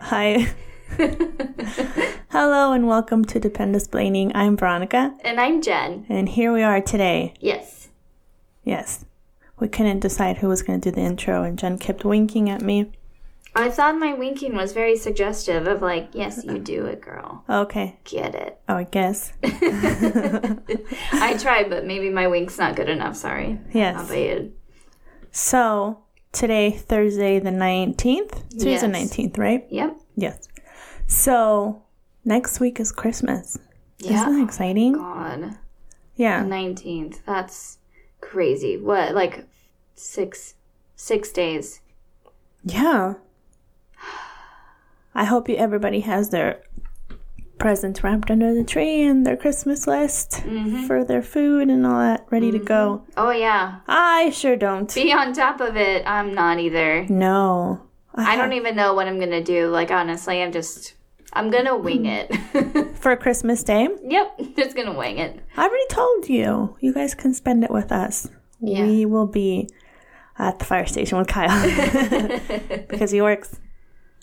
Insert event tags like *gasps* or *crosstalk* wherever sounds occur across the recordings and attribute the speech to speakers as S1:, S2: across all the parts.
S1: Hi. Hello and welcome to Dependus Planning. I'm Veronica,
S2: And I'm Jen.
S1: and here we are today.
S2: Yes.
S1: Yes, we couldn't decide who was going to do the intro, and Jen kept winking at me.
S2: I thought my winking was very suggestive of like, yes, you do it, girl.
S1: Okay,
S2: Get it.
S1: oh, I
S2: *laughs*
S1: guess.
S2: I tried, but maybe my wink's not good enough. Sorry.
S1: Yes.
S2: I'll be it.
S1: So, today, Thursday the 19th? Today's the
S2: Yes.
S1: 19th, right?
S2: Yep.
S1: Yes. So, next week is Christmas. Isn't
S2: Yeah. Oh
S1: that exciting?
S2: God.
S1: Yeah.
S2: 19th. That's crazy. What? Like six, six days.
S1: Yeah. I hope you, everybody has their presents wrapped under the tree and their Christmas list for their food and all that ready to go.
S2: Oh, yeah.
S1: I sure don't.
S2: Be on top of it. I'm not either.
S1: no.
S2: I don't even know what I'm going to do. Like, honestly, I'm just, I'm going to wing it. *laughs*
S1: For Christmas Day?
S2: yep. Just going to wing it.
S1: I already told you. You guys can spend it with us.
S2: Yeah.
S1: We will be at the fire station with Kyle *laughs* because he works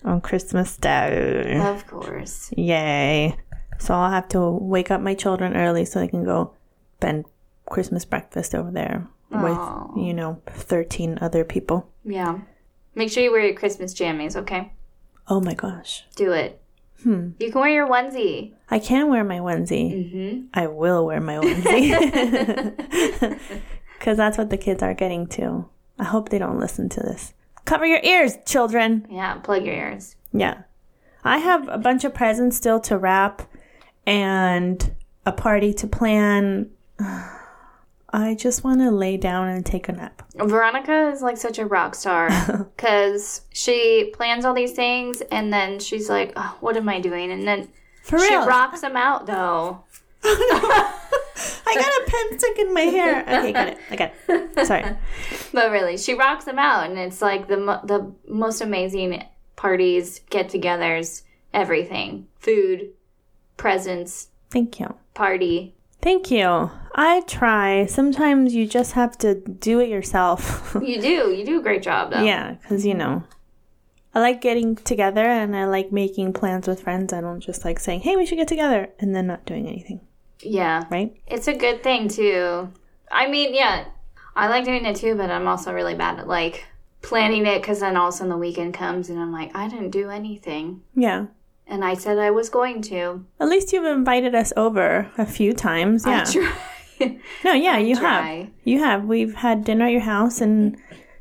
S1: on Christmas Day.
S2: Of course.
S1: Yay. So I'll have to wake up my children early so they can go spend Christmas breakfast over there
S2: Aw.
S1: with, you know, 13 other people.
S2: Yeah. Make sure you wear your Christmas jammies, okay?
S1: Oh my gosh.
S2: Do it. Hmm. You can wear your onesie.
S1: I can wear my onesie. Mm-hmm. I will wear my onesie. *laughs* Because that's what the kids are getting to. I hope they don't listen to this. Cover your ears, children.
S2: Yeah, plug your ears.
S1: Yeah. I have a bunch of presents still to wrap and a party to plan. *sighs* I just want to lay down and take a nap.
S2: Veronica is like such a
S1: *laughs*
S2: rock star because she plans all these things and then she's like, oh, what am I doing? And then
S1: For
S2: she
S1: real.
S2: rocks them out though.
S1: I got a pen stuck in my
S2: *laughs*
S1: hair. Okay, got it. I got it. Sorry.
S2: But really, she rocks them out and it's like the, mo- the most amazing parties, get togethers, everything food, presents,
S1: Thank you.
S2: party.
S1: Thank you. I try. Sometimes you just have to do it yourself. *laughs*
S2: You do. You do a great job though.
S1: yeah, because, you know, I like getting together and I like making plans with friends. I don't just like saying, hey, we should get together and then not doing anything,
S2: Yeah.
S1: right?
S2: It's a good thing too. I mean, yeah, I like doing it too, but I'm also really bad at like planning it because then all of a sudden the weekend comes and I'm like, I didn't do anything,
S1: Yeah.
S2: and I said I was going to.
S1: At least you've invited us over a few times. Yeah.
S2: Try.
S1: no, yeah, you have.
S2: try.
S1: You have. We've had dinner at your house and,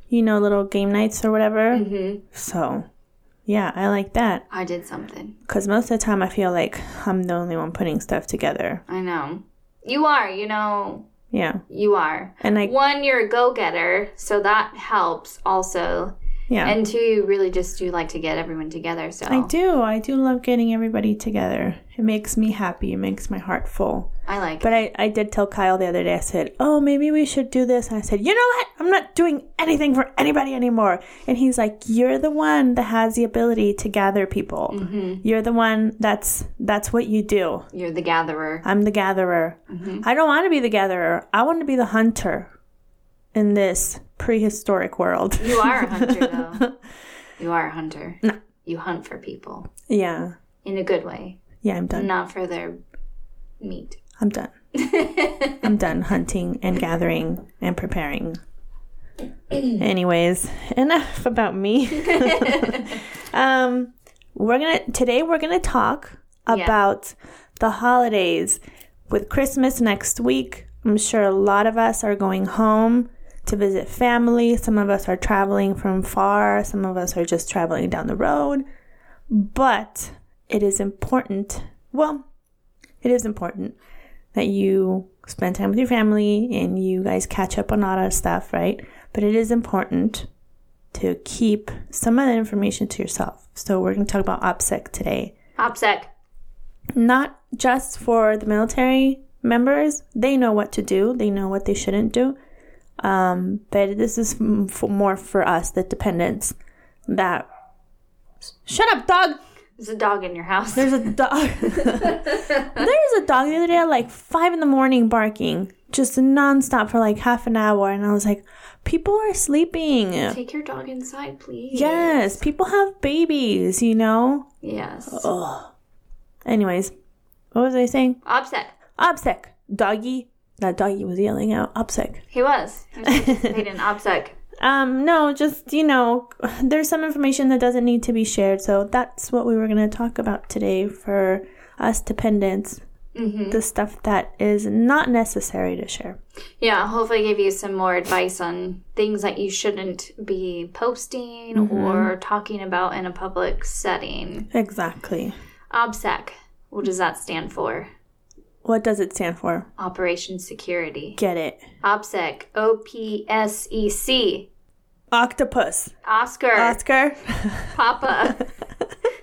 S1: you know, little game nights or whatever.
S2: Mhm.
S1: So, yeah, I like that.
S2: *laughs* I did something.
S1: Because most of the time I feel like I'm the only one putting stuff together.
S2: I know. You are. You know.
S1: Yeah.
S2: You are.
S1: And I,
S2: One, you're a go getter, so that helps also.
S1: yeah.
S2: And two, you really just do like to get everyone together. So
S1: I do. I do love getting everybody together. It makes me happy. It makes my heart full.
S2: I like.
S1: But I, I did tell Kyle the other day, I said, Oh, maybe we should do this. And I said, You know what? I'm not doing anything for anybody anymore. And he's like, You're the one that has the ability to gather people. You're the one that's that's what you do.
S2: you're the gatherer.
S1: I'm the gatherer. I don't want to be the gatherer. I want to be the hunter in this prehistoric world.
S2: You are a hunter, though. you are a hunter. You hunt for people
S1: *laughs* yeah.
S2: in a good way,
S1: Yeah, I'm done.
S2: not for their meat.
S1: I'm done. I'm done hunting and gathering and preparing. Anyways, enough about me. um, we're gonna today we're gonna talk about the holidays with Christmas next week. I'm sure a lot of us are going home to visit family. Some of us are traveling from far. Some of us are just traveling down the road. But it is important. Well, it is important that you spend time with your family and you guys catch up on all that stuff, right? But it is important to keep some of that information to yourself. So we're going to talk about OPSEC today.
S2: OPSEC.
S1: Not just for the military members, they know what to do, they know what they shouldn't do. Um, but this is m- f- more for us, the dependents, that. Shut up, dog!
S2: There's a dog in your house.
S1: *laughs* There's a dog. There's a dog the other day at like five in the morning barking, just nonstop for like half an hour, and I was like, people are sleeping.
S2: *laughs* Take your dog inside, please.
S1: Yes, people have babies, you know.
S2: Yes.
S1: Ugh. Anyways, what was I saying?
S2: Upset.
S1: Obsec, doggy. That doggy was yelling out, obsec.
S2: He was. He was participating
S1: *laughs*
S2: in OPSEC.
S1: Um, no, just you know, there's some information that doesn't need to be shared, so that's what we were going to talk about today for us dependents.
S2: Mhm.
S1: The stuff that is not necessary to share.
S2: Yeah, hopefully give you some more advice on things that you shouldn't be posting
S1: Mm-hmm.
S2: or talking about in a public setting.
S1: Exactly.
S2: OBSEC. What does that stand for?
S1: What does it stand for?
S2: Operation Security.
S1: Get it.
S2: OPSEC. O P S E C.
S1: Octopus.
S2: Oscar.
S1: Oscar. *laughs*
S2: Papa.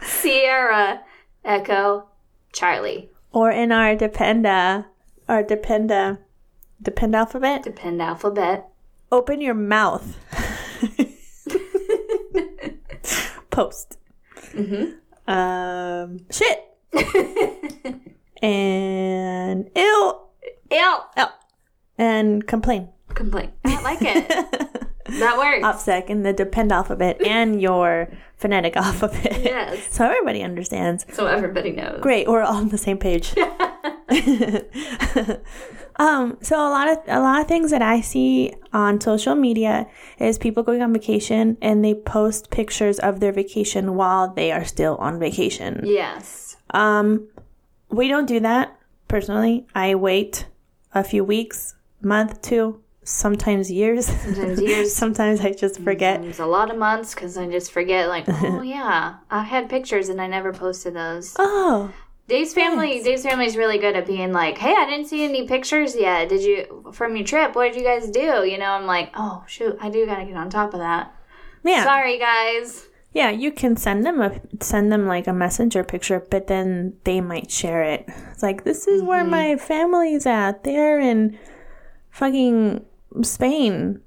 S2: Sierra. Echo. Charlie.
S1: or in our dependa, our dependa, depend alphabet.
S2: Depend alphabet.
S1: Open your mouth. *laughs* Post. Um, shit. *laughs* and ew,
S2: Ill.
S1: ew, and complain.
S2: Complain. I
S1: *laughs*
S2: like it. that works.
S1: OPSEC and the depend alphabet and your phonetic alphabet.
S2: Yes.
S1: *laughs* So everybody understands.
S2: So everybody knows.
S1: Great, we're all on the same
S2: *laughs*
S1: page. *laughs* um, so a lot of a lot of things that I see on social media is people going on vacation and they post pictures of their vacation while they are still on vacation.
S2: Yes.
S1: Um, we don't do that personally. I wait a few weeks, month, two, sometimes years.
S2: Sometimes
S1: *laughs*
S2: years. Mm-hmm.
S1: sometimes I just forget.
S2: It's a lot of months because I just
S1: *laughs*
S2: forget, like, oh, yeah, I had pictures and I never posted those.
S1: Oh,
S2: Dave's family, Dave's family's really good at being like, hey, I didn't see any pictures yet. Did you, from your trip, what did you guys do? You know, I'm like, oh, shoot, I do got to get on top of that.
S1: yeah.
S2: Sorry, guys.
S1: Yeah, you can send them a send them like a messenger picture, but then they might share it. It's like this is where my family's at. They're in fucking Spain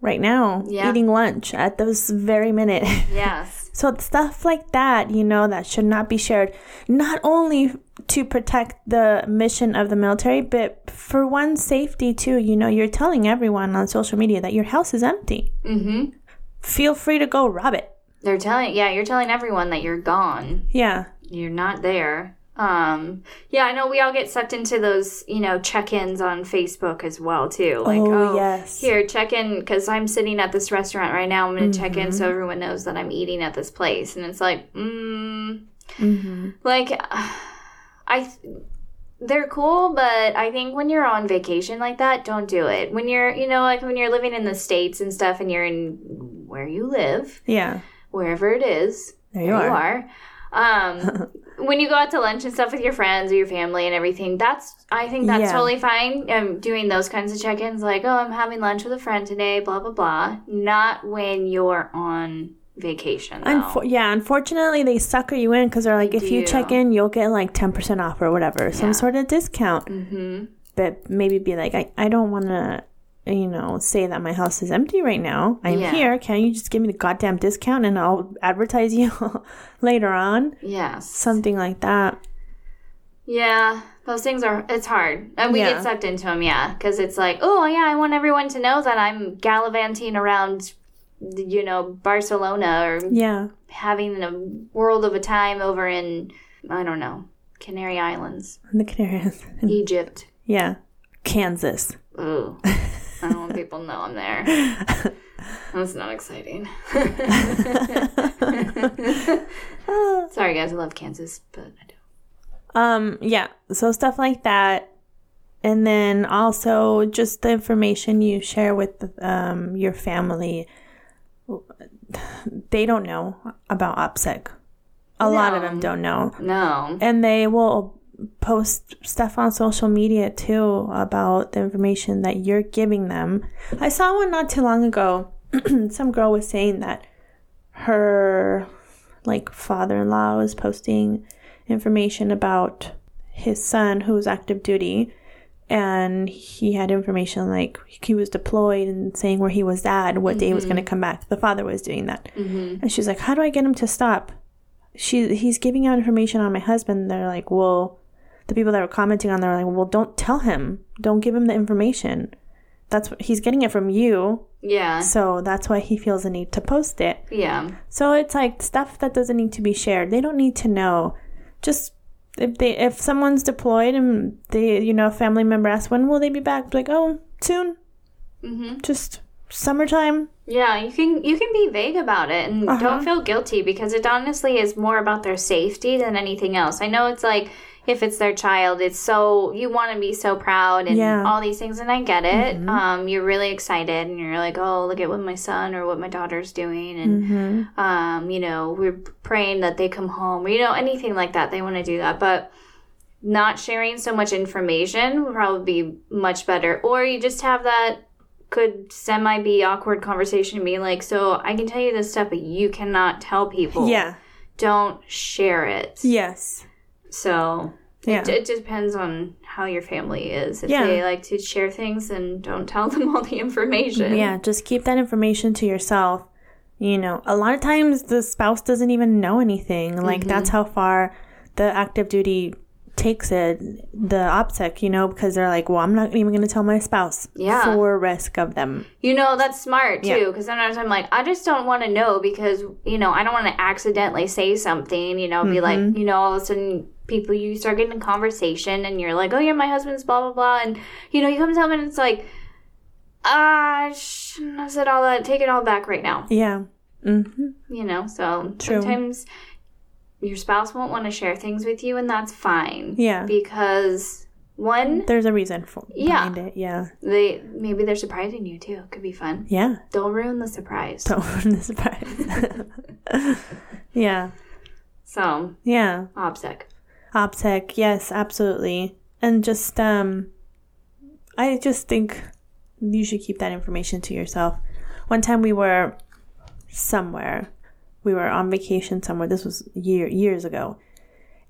S1: right now,
S2: Yeah.
S1: eating lunch at this very minute. *laughs*
S2: Yes.
S1: so stuff like that, you know, that should not be shared. Not only to protect the mission of the military, but for one's safety too. You know, you're telling everyone on social media that your house is empty.
S2: hmm
S1: Feel free to go rob it.
S2: They're telling, yeah, you're telling everyone that you're gone.
S1: Yeah.
S2: you're not there. Um, yeah, I know we all get sucked into those, you know, check-ins on Facebook as well too. Like,
S1: Oh,
S2: oh,
S1: yes.
S2: here, check in because I'm sitting at this restaurant right now. I'm going to check in
S1: Mm-hmm.
S2: so everyone knows that I'm eating at this place. And it's like, mm,
S1: Mm-hmm.
S2: like, I. Th- they're cool, but I think when you're on vacation like that, don't do it. When you're, you know, like when you're living in the States and stuff and you're in where you live,
S1: Yeah.
S2: wherever it is,
S1: There
S2: you are.
S1: *laughs*
S2: Um, when you go out to lunch and stuff with your friends or your family and everything, that's I think that's
S1: Yeah.
S2: totally fine. Um, doing those kinds of check-ins, like oh, I'm having lunch with a friend today, blah blah blah. Not when you're on vacation. Though.
S1: Unfor- yeah, unfortunately, they sucker you in because they're like, if you
S2: do.
S1: check in, you'll get like 10% off or whatever, some
S2: Yeah.
S1: sort of discount.
S2: hmm
S1: But maybe be like, I, I don't want to, you know, say that my house is empty right now. I'm
S2: Yeah.
S1: here. Can you just give me the goddamn discount and I'll advertise you *laughs* later on?
S2: Yes.
S1: Something like that.
S2: Yeah, those things are, it's hard. And we
S1: Yeah.
S2: get sucked into them, yeah. Because it's like, oh, yeah, I want everyone to know that I'm gallivanting around, you know, Barcelona or
S1: Yeah.
S2: having a world of a time over in I don't know Canary Islands,
S1: The Canaries. *laughs*
S2: Egypt.
S1: yeah. Kansas.
S2: Ooh, I don't want people to know I'm there. That's not exciting. *laughs* Sorry, guys. I love Kansas, but I don't.
S1: Um, yeah, so stuff like that. And then also just the information you share with um, your family. They don't know about OPSEC. A lot of them don't know.
S2: No.
S1: And they will post stuff on social media too about the information that you're giving them. I saw one not too long ago. *clears throat* Some girl was saying that her like father-in-law was posting information about his son who was active duty and he had information like he was deployed and saying where he was at what day he was going to come back the father was doing that and she's like how do i get him to stop she he's giving out information on my husband. They're like, well, the people that were commenting on, they're like, well, don't tell him, don't give him the information. That's what he's getting it from you,
S2: Yeah.
S1: so that's why he feels the need to post it.
S2: Yeah.
S1: So it's like stuff that doesn't need to be shared. They don't need to know. Just if they if someone's deployed and they you know a family member asks when will they be back, Be like oh soon,
S2: Mhm.
S1: just summertime.
S2: Yeah, you can you can be vague about it and
S1: Uh-huh.
S2: don't feel guilty because it honestly is more about their safety than anything else. I know it's like if it's their child, it's so you want to be so proud and
S1: Yeah. Mm-hmm.
S2: all these things, and I get it. Um, you're really excited and you're like, oh, look at what my son or what my daughter's doing, and
S1: Mm-hmm.
S2: um, you know, we're praying that they come home, or you know, anything like that. They want to do that, but not sharing so much information would probably be much better. Or you just have that could semi be awkward conversation and be like, "So I can tell you this stuff, but you cannot tell people.
S1: Yeah.
S2: don't share it."
S1: Yes.
S2: So
S1: Yeah.
S2: it depends on how your family is. If
S1: Yeah.
S2: they like to share things, then don't tell them all the information.
S1: Yeah. Just keep that information to yourself. You know, a lot of times the spouse doesn't even know anything. Like that's
S2: Mm-hmm.
S1: how far the active duty takes it, the OPSEC, you know, because they're like, well, I'm not even going to tell my spouse
S2: Yeah.
S1: for risk of them.
S2: You know, that's smart
S1: Yeah.
S2: too, because sometimes I'm like, I just don't want to know because, you know, I don't want to accidentally say something, you know, be
S1: Mm-hmm.
S2: like, you know, all of a sudden people, you start getting a conversation and you're like, oh yeah, my husband's blah, blah, blah. And, you know, he comes home and it's like, ah, I shouldn't have said all that. Take it all back right now,
S1: Yeah. Mm-hmm.
S2: you know? So
S1: True.
S2: sometimes your spouse won't want to share things with you, and that's fine.
S1: Yeah.
S2: Because, one,
S1: There's a reason for
S2: Yeah.
S1: behind it. Yeah.
S2: they maybe they're surprising you too. It could be fun.
S1: Yeah. *laughs*
S2: Don't ruin the surprise.
S1: Don't *laughs* ruin the surprise. *laughs* yeah.
S2: so
S1: Yeah.
S2: OPSEC.
S1: OPSEC, yes, absolutely. And just um I just think you should keep that information to yourself. One time we were somewhere. We were on vacation somewhere. This was year years ago.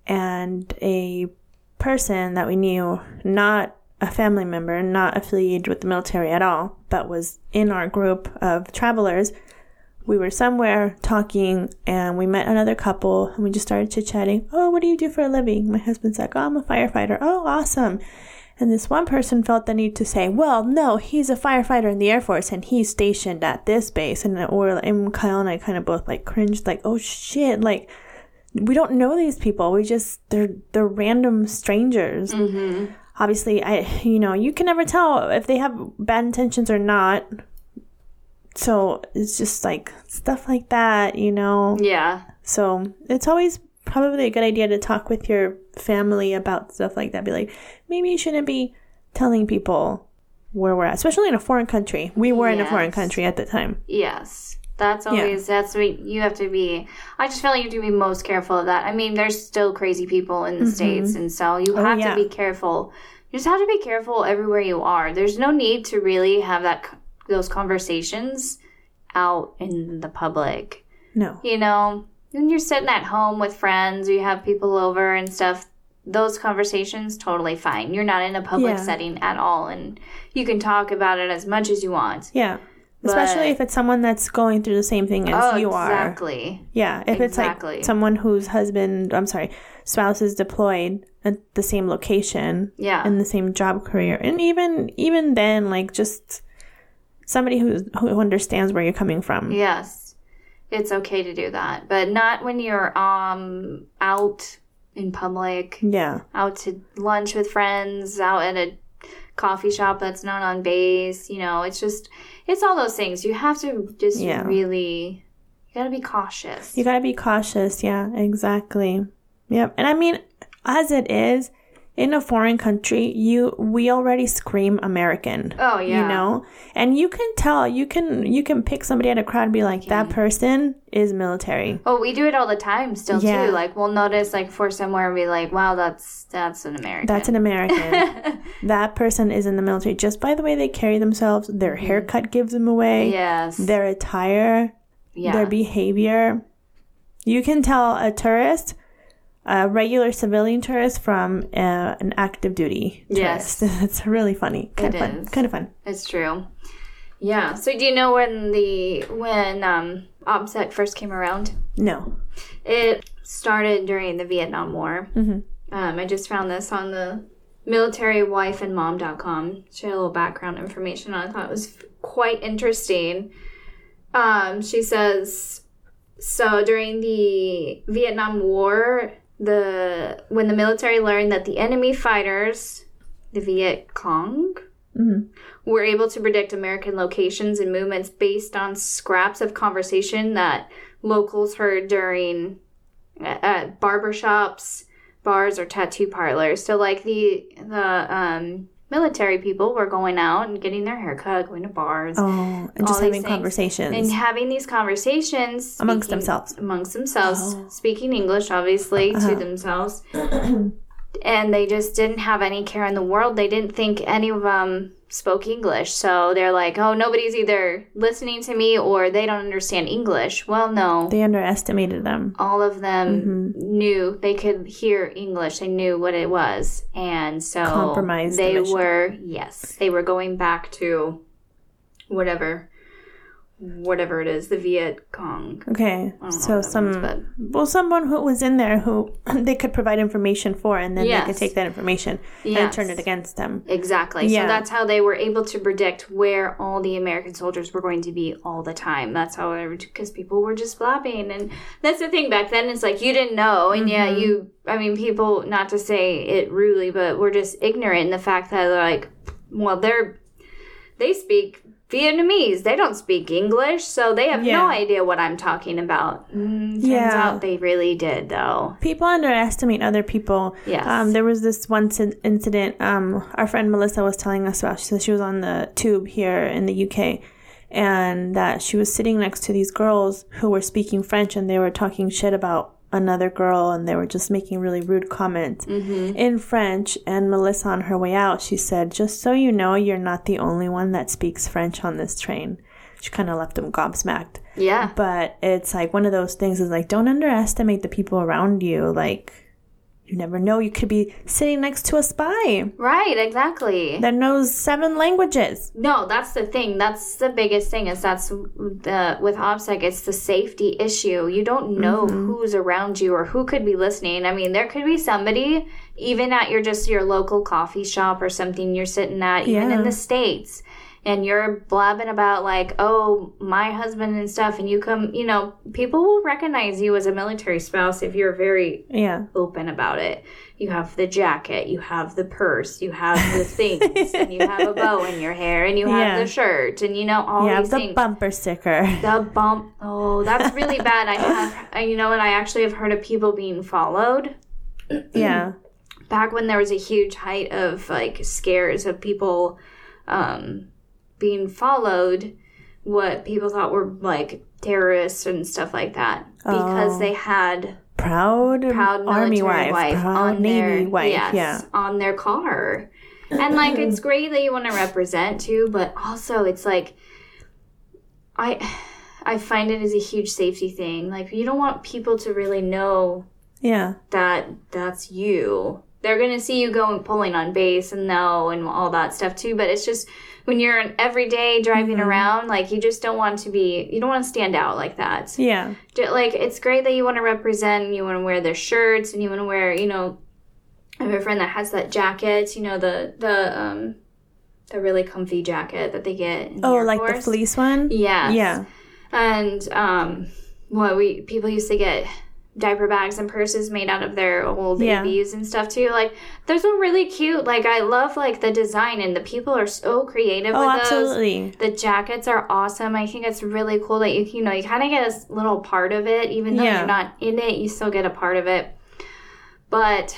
S1: And a person that we knew, not a family member, not affiliated with the military at all, but was in our group of travelers, we were somewhere talking and we met another couple and we just started chit chatting. Oh, what do you do for a living? My husband's like, Oh, I'm a firefighter. Oh, awesome. And this one person felt the need to say, Well, no, he's a firefighter in the Air Force and he's stationed at this base. And, or, and Kyle and I kind of both like cringed, like, Oh shit, like we don't know these people. We just, they're, they're random strangers.
S2: Mm-hmm.
S1: Obviously, I, you know, you can never tell if they have bad intentions or not so it's just like stuff like that you know
S2: Yeah.
S1: so it's always probably a good idea to talk with your family about stuff like that be like maybe you shouldn't be telling people where we're at especially in a foreign country we were in a foreign
S2: Yes.
S1: country at the time
S2: Yes. That's always that's what you have to be. I just feel like you have to be most careful of that. I mean, there's still crazy people in the states, and so you have
S1: yeah.
S2: to be careful. You just have to be careful everywhere you are. There's no need to really have that c- those conversations out in the public.
S1: no
S2: You know, when you're sitting at home with friends, or you have people over and stuff. Those conversations totally fine. You're not in a public
S1: Yeah.
S2: setting at all, and you can talk about it as much as you want.
S1: yeah especially
S2: But- Oh,
S1: if it's someone that's going through the same thing as you are
S2: exactly.
S1: Yeah, if it's
S2: Exactly.
S1: like someone whose husband, I'm sorry, spouse is deployed at the same location,
S2: Yeah.
S1: in the same job career, and even even then, like just somebody who who understands where you're coming from.
S2: Yes, it's okay to do that, but not when you're um out in public,
S1: Yeah,
S2: out to lunch with friends, out at a coffee shop that's not on base. You know, it's just it's all those things. You have to just
S1: Yeah.
S2: really you gotta be cautious.
S1: you gotta be cautious. Yeah, exactly. Yep, and I mean, as it is in a foreign country, you we already scream American.
S2: oh yeah,
S1: you know and you can tell you can you can pick somebody at a crowd and be like that person is military
S2: Oh, we do it all the time still
S1: Yeah.
S2: too. Like we'll notice like for somewhere and be like, wow, that's that's an American.
S1: That's an
S2: *laughs*
S1: American. that person is in the military just by the way they carry themselves. Their haircut gives them away.
S2: Mm-hmm. yes.
S1: Their attire,
S2: yeah.
S1: their behavior. You can tell a tourist, a regular civilian tourist, from uh, an active duty
S2: Yes.
S1: tourist. *laughs* it's really funny. Kind
S2: It
S1: of fun.
S2: is.
S1: Kind of fun.
S2: It's true. Yeah. So do you know when the when um OPSEC first came around.
S1: No.
S2: It started during the Vietnam War. Um, I just found this on the militarywife She had a little background information on it. I thought it was quite interesting. Um, she says so during the Vietnam War, the when the military learned that the enemy fighters, the Viet Cong, were able to predict American locations and movements based on scraps of conversation that locals heard during uh, at barber shops, bars, or tattoo parlors. So like the the um, military people were going out and getting their haircut, going to bars,
S1: Oh, and just
S2: All these
S1: having
S2: things.
S1: conversations.
S2: and having these conversations
S1: Amongst
S2: speaking-
S1: themselves. Oh. Uh-huh.
S2: amongst themselves speaking english obviously to themselves and they just didn't have any care in the world they didn't think any of them spoke english so they're like oh nobody's either listening to me or they don't understand english well no
S1: they underestimated them.
S2: all of them
S1: Mm-hmm.
S2: knew they could hear english they knew what it was and so
S1: Compromised the
S2: they
S1: mission.
S2: were yes they were going back to whatever whatever it is the viet cong
S1: Okay,
S2: I don't know
S1: so
S2: what that
S1: some
S2: means, but
S1: well, someone who was in there who *clears throat* they could provide information for, and then they
S2: Yes.
S1: could take that information and
S2: Yes.
S1: turn it against them.
S2: Exactly.
S1: Yeah.
S2: So that's how they were able to predict where all the American soldiers were going to be all the time. That's how it because people were just blabbing, and that's the thing back then. It's like you didn't know, and yeah,
S1: Mm-hmm.
S2: you. I mean, people. Not to say it rudely, but we're just ignorant in the fact that like, well, they're they speak Vietnamese. They don't speak English, so they have
S1: Yeah.
S2: no idea what I'm talking about. Mm, turns
S1: Yeah.
S2: out they really did, though.
S1: People underestimate other people.
S2: Yes.
S1: Um, there was this one sin- incident um, our friend Melissa was telling us about. She said she was on the tube here in the UK and that she was sitting next to these girls who were speaking French and they were talking shit about another girl and they were just making really rude comments in French. And Melissa, on her way out, she said, Just so you know, you're not the only one that speaks French on this train. She kind of left them gobsmacked
S2: Yeah.
S1: but it's like one of those things is like don't underestimate the people around you like you never know you could be sitting next to a spy
S2: Right. Exactly.
S1: that knows seven languages
S2: No, that's the thing. That's the biggest thing is that's the with OPSEC, it's the safety issue. You don't know who's around you or who could be listening. I mean, there could be somebody even at your just your local coffee shop or something you're sitting at, even
S1: Yeah.
S2: in the states, and you're blabbing about like, oh, my husband and stuff, and you come, you know, people will recognize you as a military spouse if you're very
S1: yeah
S2: open about it. You have the jacket, you have the purse, you have
S1: *laughs*
S2: the things, and you have a bow in your hair, and you have
S1: Yeah.
S2: the shirt, and you know all
S1: you have
S2: these
S1: the
S2: things.
S1: bumper sticker *laughs*
S2: the bump. Oh, that's really bad. I have, I- you know, and I actually have heard of people being followed
S1: yeah
S2: back when there was a huge height of like scares of people um, being followed. What people thought were like terrorists and stuff like that because
S1: Oh.
S2: they had
S1: proud,
S2: proud
S1: Mm, army
S2: military
S1: wife,
S2: wife,
S1: proud
S2: on
S1: navy
S2: their
S1: wife
S2: yes,
S1: yeah
S2: on their car. And
S1: *laughs*
S2: like it's great that you want to represent too, but also it's like I I find it is a huge safety thing. Like you don't want people to really know
S1: yeah
S2: that that's you. They're gonna see you going pulling on base and no and all that stuff too. But it's just when you're an everyday driving
S1: Mm-hmm.
S2: around, like you just don't want to be you don't want to stand out like that.
S1: yeah
S2: Ju- like it's great that you want to represent and you want to wear their shirts and you want to wear you know i have a friend that has that jacket you know the the um the really comfy jacket that they get in the
S1: oh
S2: Air
S1: like the
S2: Force.
S1: fleece one
S2: Yes.
S1: yeah
S2: and um what we people used to get diaper bags and purses made out of their old
S1: Yeah.
S2: babies and stuff too like those were really cute like i love like the design and the people are so creative
S1: oh
S2: with those
S1: absolutely
S2: the jackets are awesome. I think it's really cool that you you know you kind of get a s- little part of it, even though
S1: Yeah.
S2: you're not in it, you still get a part of it. But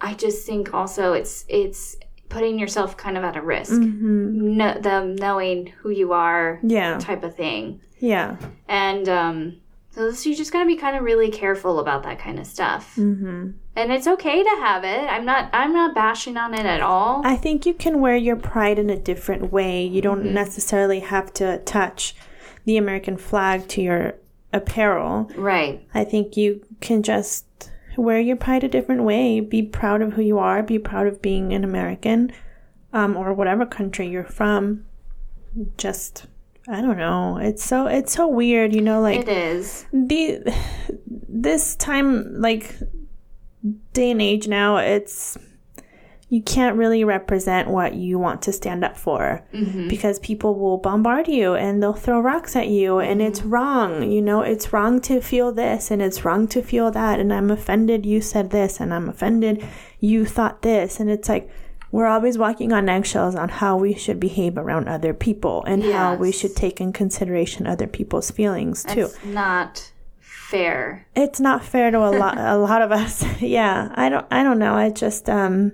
S2: I just think also it's it's putting yourself kind of at a risk,
S1: hmm
S2: no, the knowing who you are
S1: yeah
S2: type of thing,
S1: yeah
S2: and um, so this, you just gotta be kind of really careful about that kind of stuff.
S1: hmm
S2: And it's okay to have it. I'm not I'm not bashing on it at all.
S1: I think you can wear your pride in a different way. You don't necessarily have to attach the American flag to your apparel.
S2: right.
S1: I think you can just wear your pride a different way. Be proud of who you are. Be proud of being an American um, or whatever country you're from. Just I don't know. It's so it's so weird, you know, like
S2: It is.
S1: the this time like day and age now, it's you can't really represent what you want to stand up for because people will bombard you and they'll throw rocks at you and it's wrong. You know, it's wrong to feel this and it's wrong to feel that and I'm offended you said this and I'm offended you thought this and it's like we're always walking on eggshells on how we should behave around other people and how we
S2: Yes.
S1: should take in consideration other people's feelings too.
S2: It's not fair.
S1: it's not fair to a lot a lot of us. *laughs* yeah, I don't I don't know. I just um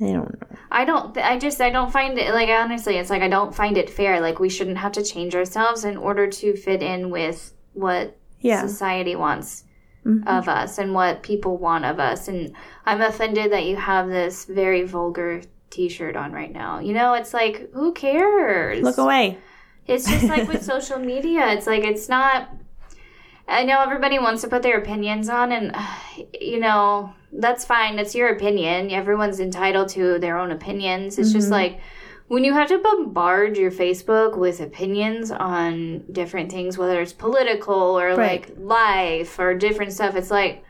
S1: I don't know.
S2: I don't. Th- I just. I don't find it. Like honestly, it's like I don't find it fair. Like we shouldn't have to change ourselves in order to fit in with what
S1: Yeah. Mm-hmm.
S2: society wants of us and what people want of us. And I'm offended that you have this very vulgar T-shirt on right now. You know, it's like who cares?
S1: Look away.
S2: It's just like with social media. It's like it's not. I know everybody wants to put their opinions on, and you know that's fine. It's your opinion. Everyone's entitled to their own opinions. It's just like when you have to bombard your Facebook with opinions on different things, whether it's political or
S1: Right.
S2: like life or different stuff. It's like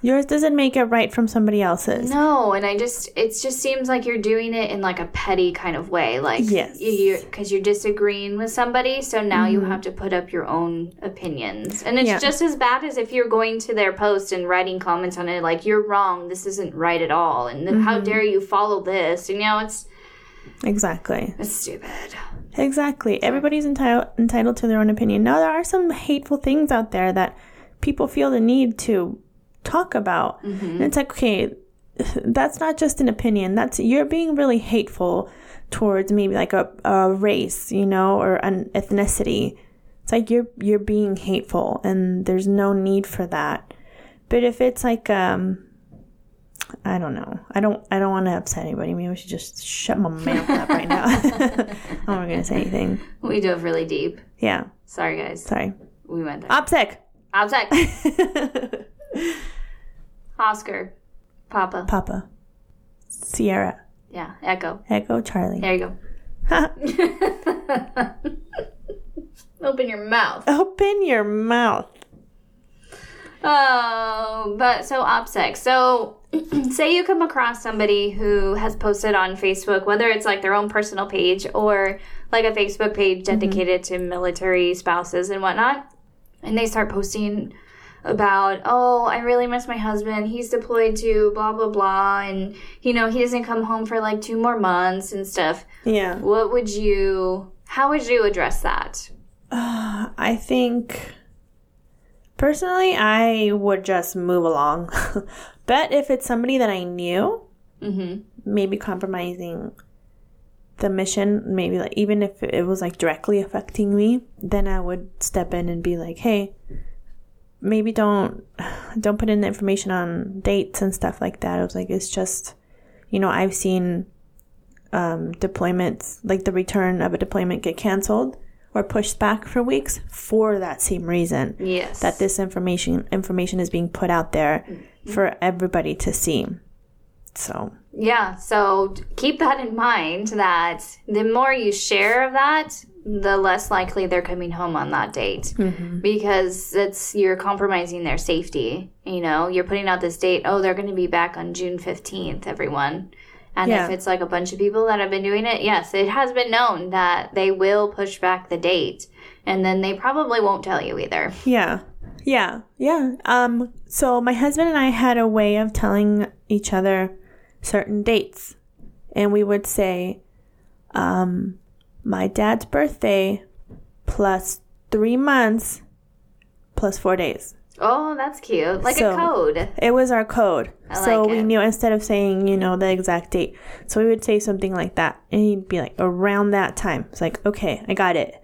S1: Yours doesn't make it right from somebody else's.
S2: no, and I just it just seems like you're doing it in like a petty kind of way, like
S1: Yes. Mm-hmm.
S2: you because you're disagreeing with somebody, so now you have to put up your own opinions, and it's
S1: Yeah.
S2: just as bad as if you're going to their post and writing comments on it, like you're wrong, this isn't right at all, and then
S1: Mm-hmm.
S2: how dare you follow this? You know, it's
S1: Exactly.
S2: it's stupid.
S1: Exactly. Everybody's entitled entitled to their own opinion. Now there are some hateful things out there that people feel the need to talk about. And it's like, okay, *laughs* that's not just an opinion. That's you're being really hateful towards maybe like a, a race, you know, or an ethnicity. It's like you're you're being hateful and there's no need for that. But if it's like um I don't know. I don't I don't want to upset anybody. Maybe I should just shut my mouth up right now. *laughs* I'm not gonna say anything.
S2: We dove really deep.
S1: Yeah.
S2: Sorry, guys,
S1: Sorry.
S2: we went there.
S1: Opsec.
S2: Object. Oscar, Papa,
S1: *laughs* Papa. Sierra.
S2: yeah, Echo.
S1: Echo Charlie.
S2: There you
S1: *laughs*
S2: go. *laughs* Open your mouth.
S1: Open your mouth.
S2: Oh, but so OPSEC. So, *clears throat* say you come across somebody who has posted on Facebook, whether it's like their own personal page or like a Facebook page dedicated to military spouses and whatnot, and they start posting about, oh, I really miss my husband. He's deployed to blah, blah, blah. And, you know, he doesn't come home for like two more months and stuff.
S1: Yeah.
S2: What would you, how would you address that?
S1: I think personally I would just move along. *laughs* but if it's somebody that I knew,
S2: Mhm.
S1: maybe compromising the mission, maybe like even if it was like directly affecting me, then I would step in and be like, "Hey, maybe don't *sighs* don't put in the information on dates and stuff like that." I was like, "It's just, you know, I've seen um, deployments like the return of a deployment get canceled or pushed back for weeks for that same reason."
S2: Yes.
S1: that this information information is being put out there for everybody to see. So
S2: Yeah, so keep that in mind that the more you share of that, the less likely they're coming home on that date
S1: Mm-hmm.
S2: because it's you're compromising their safety. You know, you're putting out this date, oh, they're going to be back on June 15th, everyone. And
S1: Yeah.
S2: if it's like a bunch of people that have been doing it, yes, it has been known that they will push back the date and then they probably won't tell you either.
S1: yeah, yeah, yeah. Um, so my husband and I had a way of telling each other certain dates, and we would say, um, "My dad's birthday plus three months plus four days."
S2: Oh, that's cute. Like
S1: So-
S2: a code.
S1: It was our code. so
S2: like
S1: we
S2: it.
S1: knew instead of saying, you know, the exact date. So we would say something like that. And he'd be like, around that time. It's like, okay, I got it.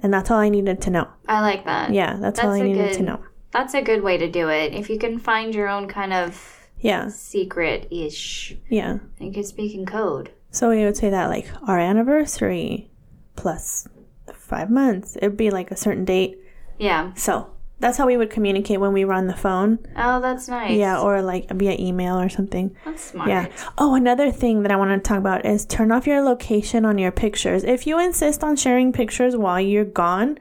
S1: And that's all I needed to know.
S2: I like that.
S1: Yeah, that's, all I
S2: That's a
S1: needed
S2: good-
S1: to know.
S2: That's a good way to do it. If you can find your own kind of
S1: Yeah,
S2: secret ish.
S1: yeah.
S2: I could speak in code.
S1: So we would say that like our anniversary plus five months. It'd be like a certain date.
S2: Yeah.
S1: So That's how we would communicate when we were on the phone.
S2: Oh, that's nice.
S1: Yeah, or like via email or something.
S2: that's smart.
S1: Yeah. Oh, another thing that I want to talk about is turn off your location on your pictures. If you insist on sharing pictures while you're gone,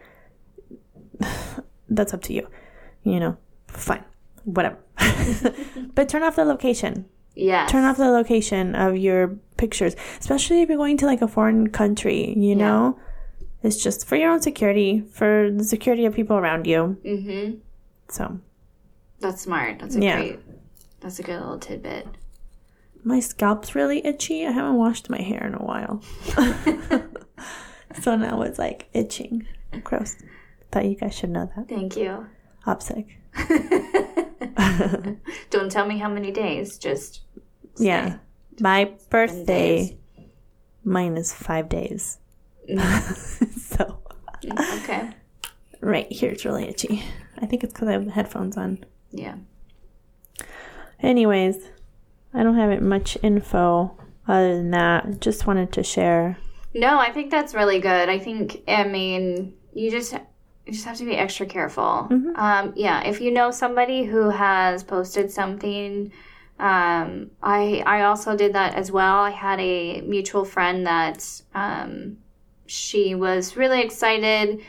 S1: *sighs* that's up to you. You know, fine, whatever. *laughs* but turn off the location.
S2: Yes.
S1: Turn off the location of your pictures, especially if you're going to like a foreign country, you know? It's just for your own security, for the security of people around you.
S2: Mm-hmm.
S1: So,
S2: That's smart. That's a
S1: Yeah.
S2: great. That's a good little tidbit.
S1: my scalp's really itchy. I haven't washed my hair in a
S2: *laughs*
S1: while. so now it's like itching. Gross. Thought you guys should know that. *laughs*
S2: Thank you.
S1: Opsic.
S2: *laughs* Don't tell me how many days. Just
S1: Yeah. My
S2: days.
S1: birthday, mine is five days. *laughs*
S2: Mm.
S1: so,
S2: okay.
S1: right here, it's really itchy. I think it's because I have the headphones on.
S2: Yeah.
S1: Anyways, I don't have much info other than that. Just wanted to share.
S2: No, I think that's really good. I think I mean you just you just have to be extra careful. Um, yeah, if you know somebody who has posted something, um, I I also did that as well. I had a mutual friend that um, she was really excited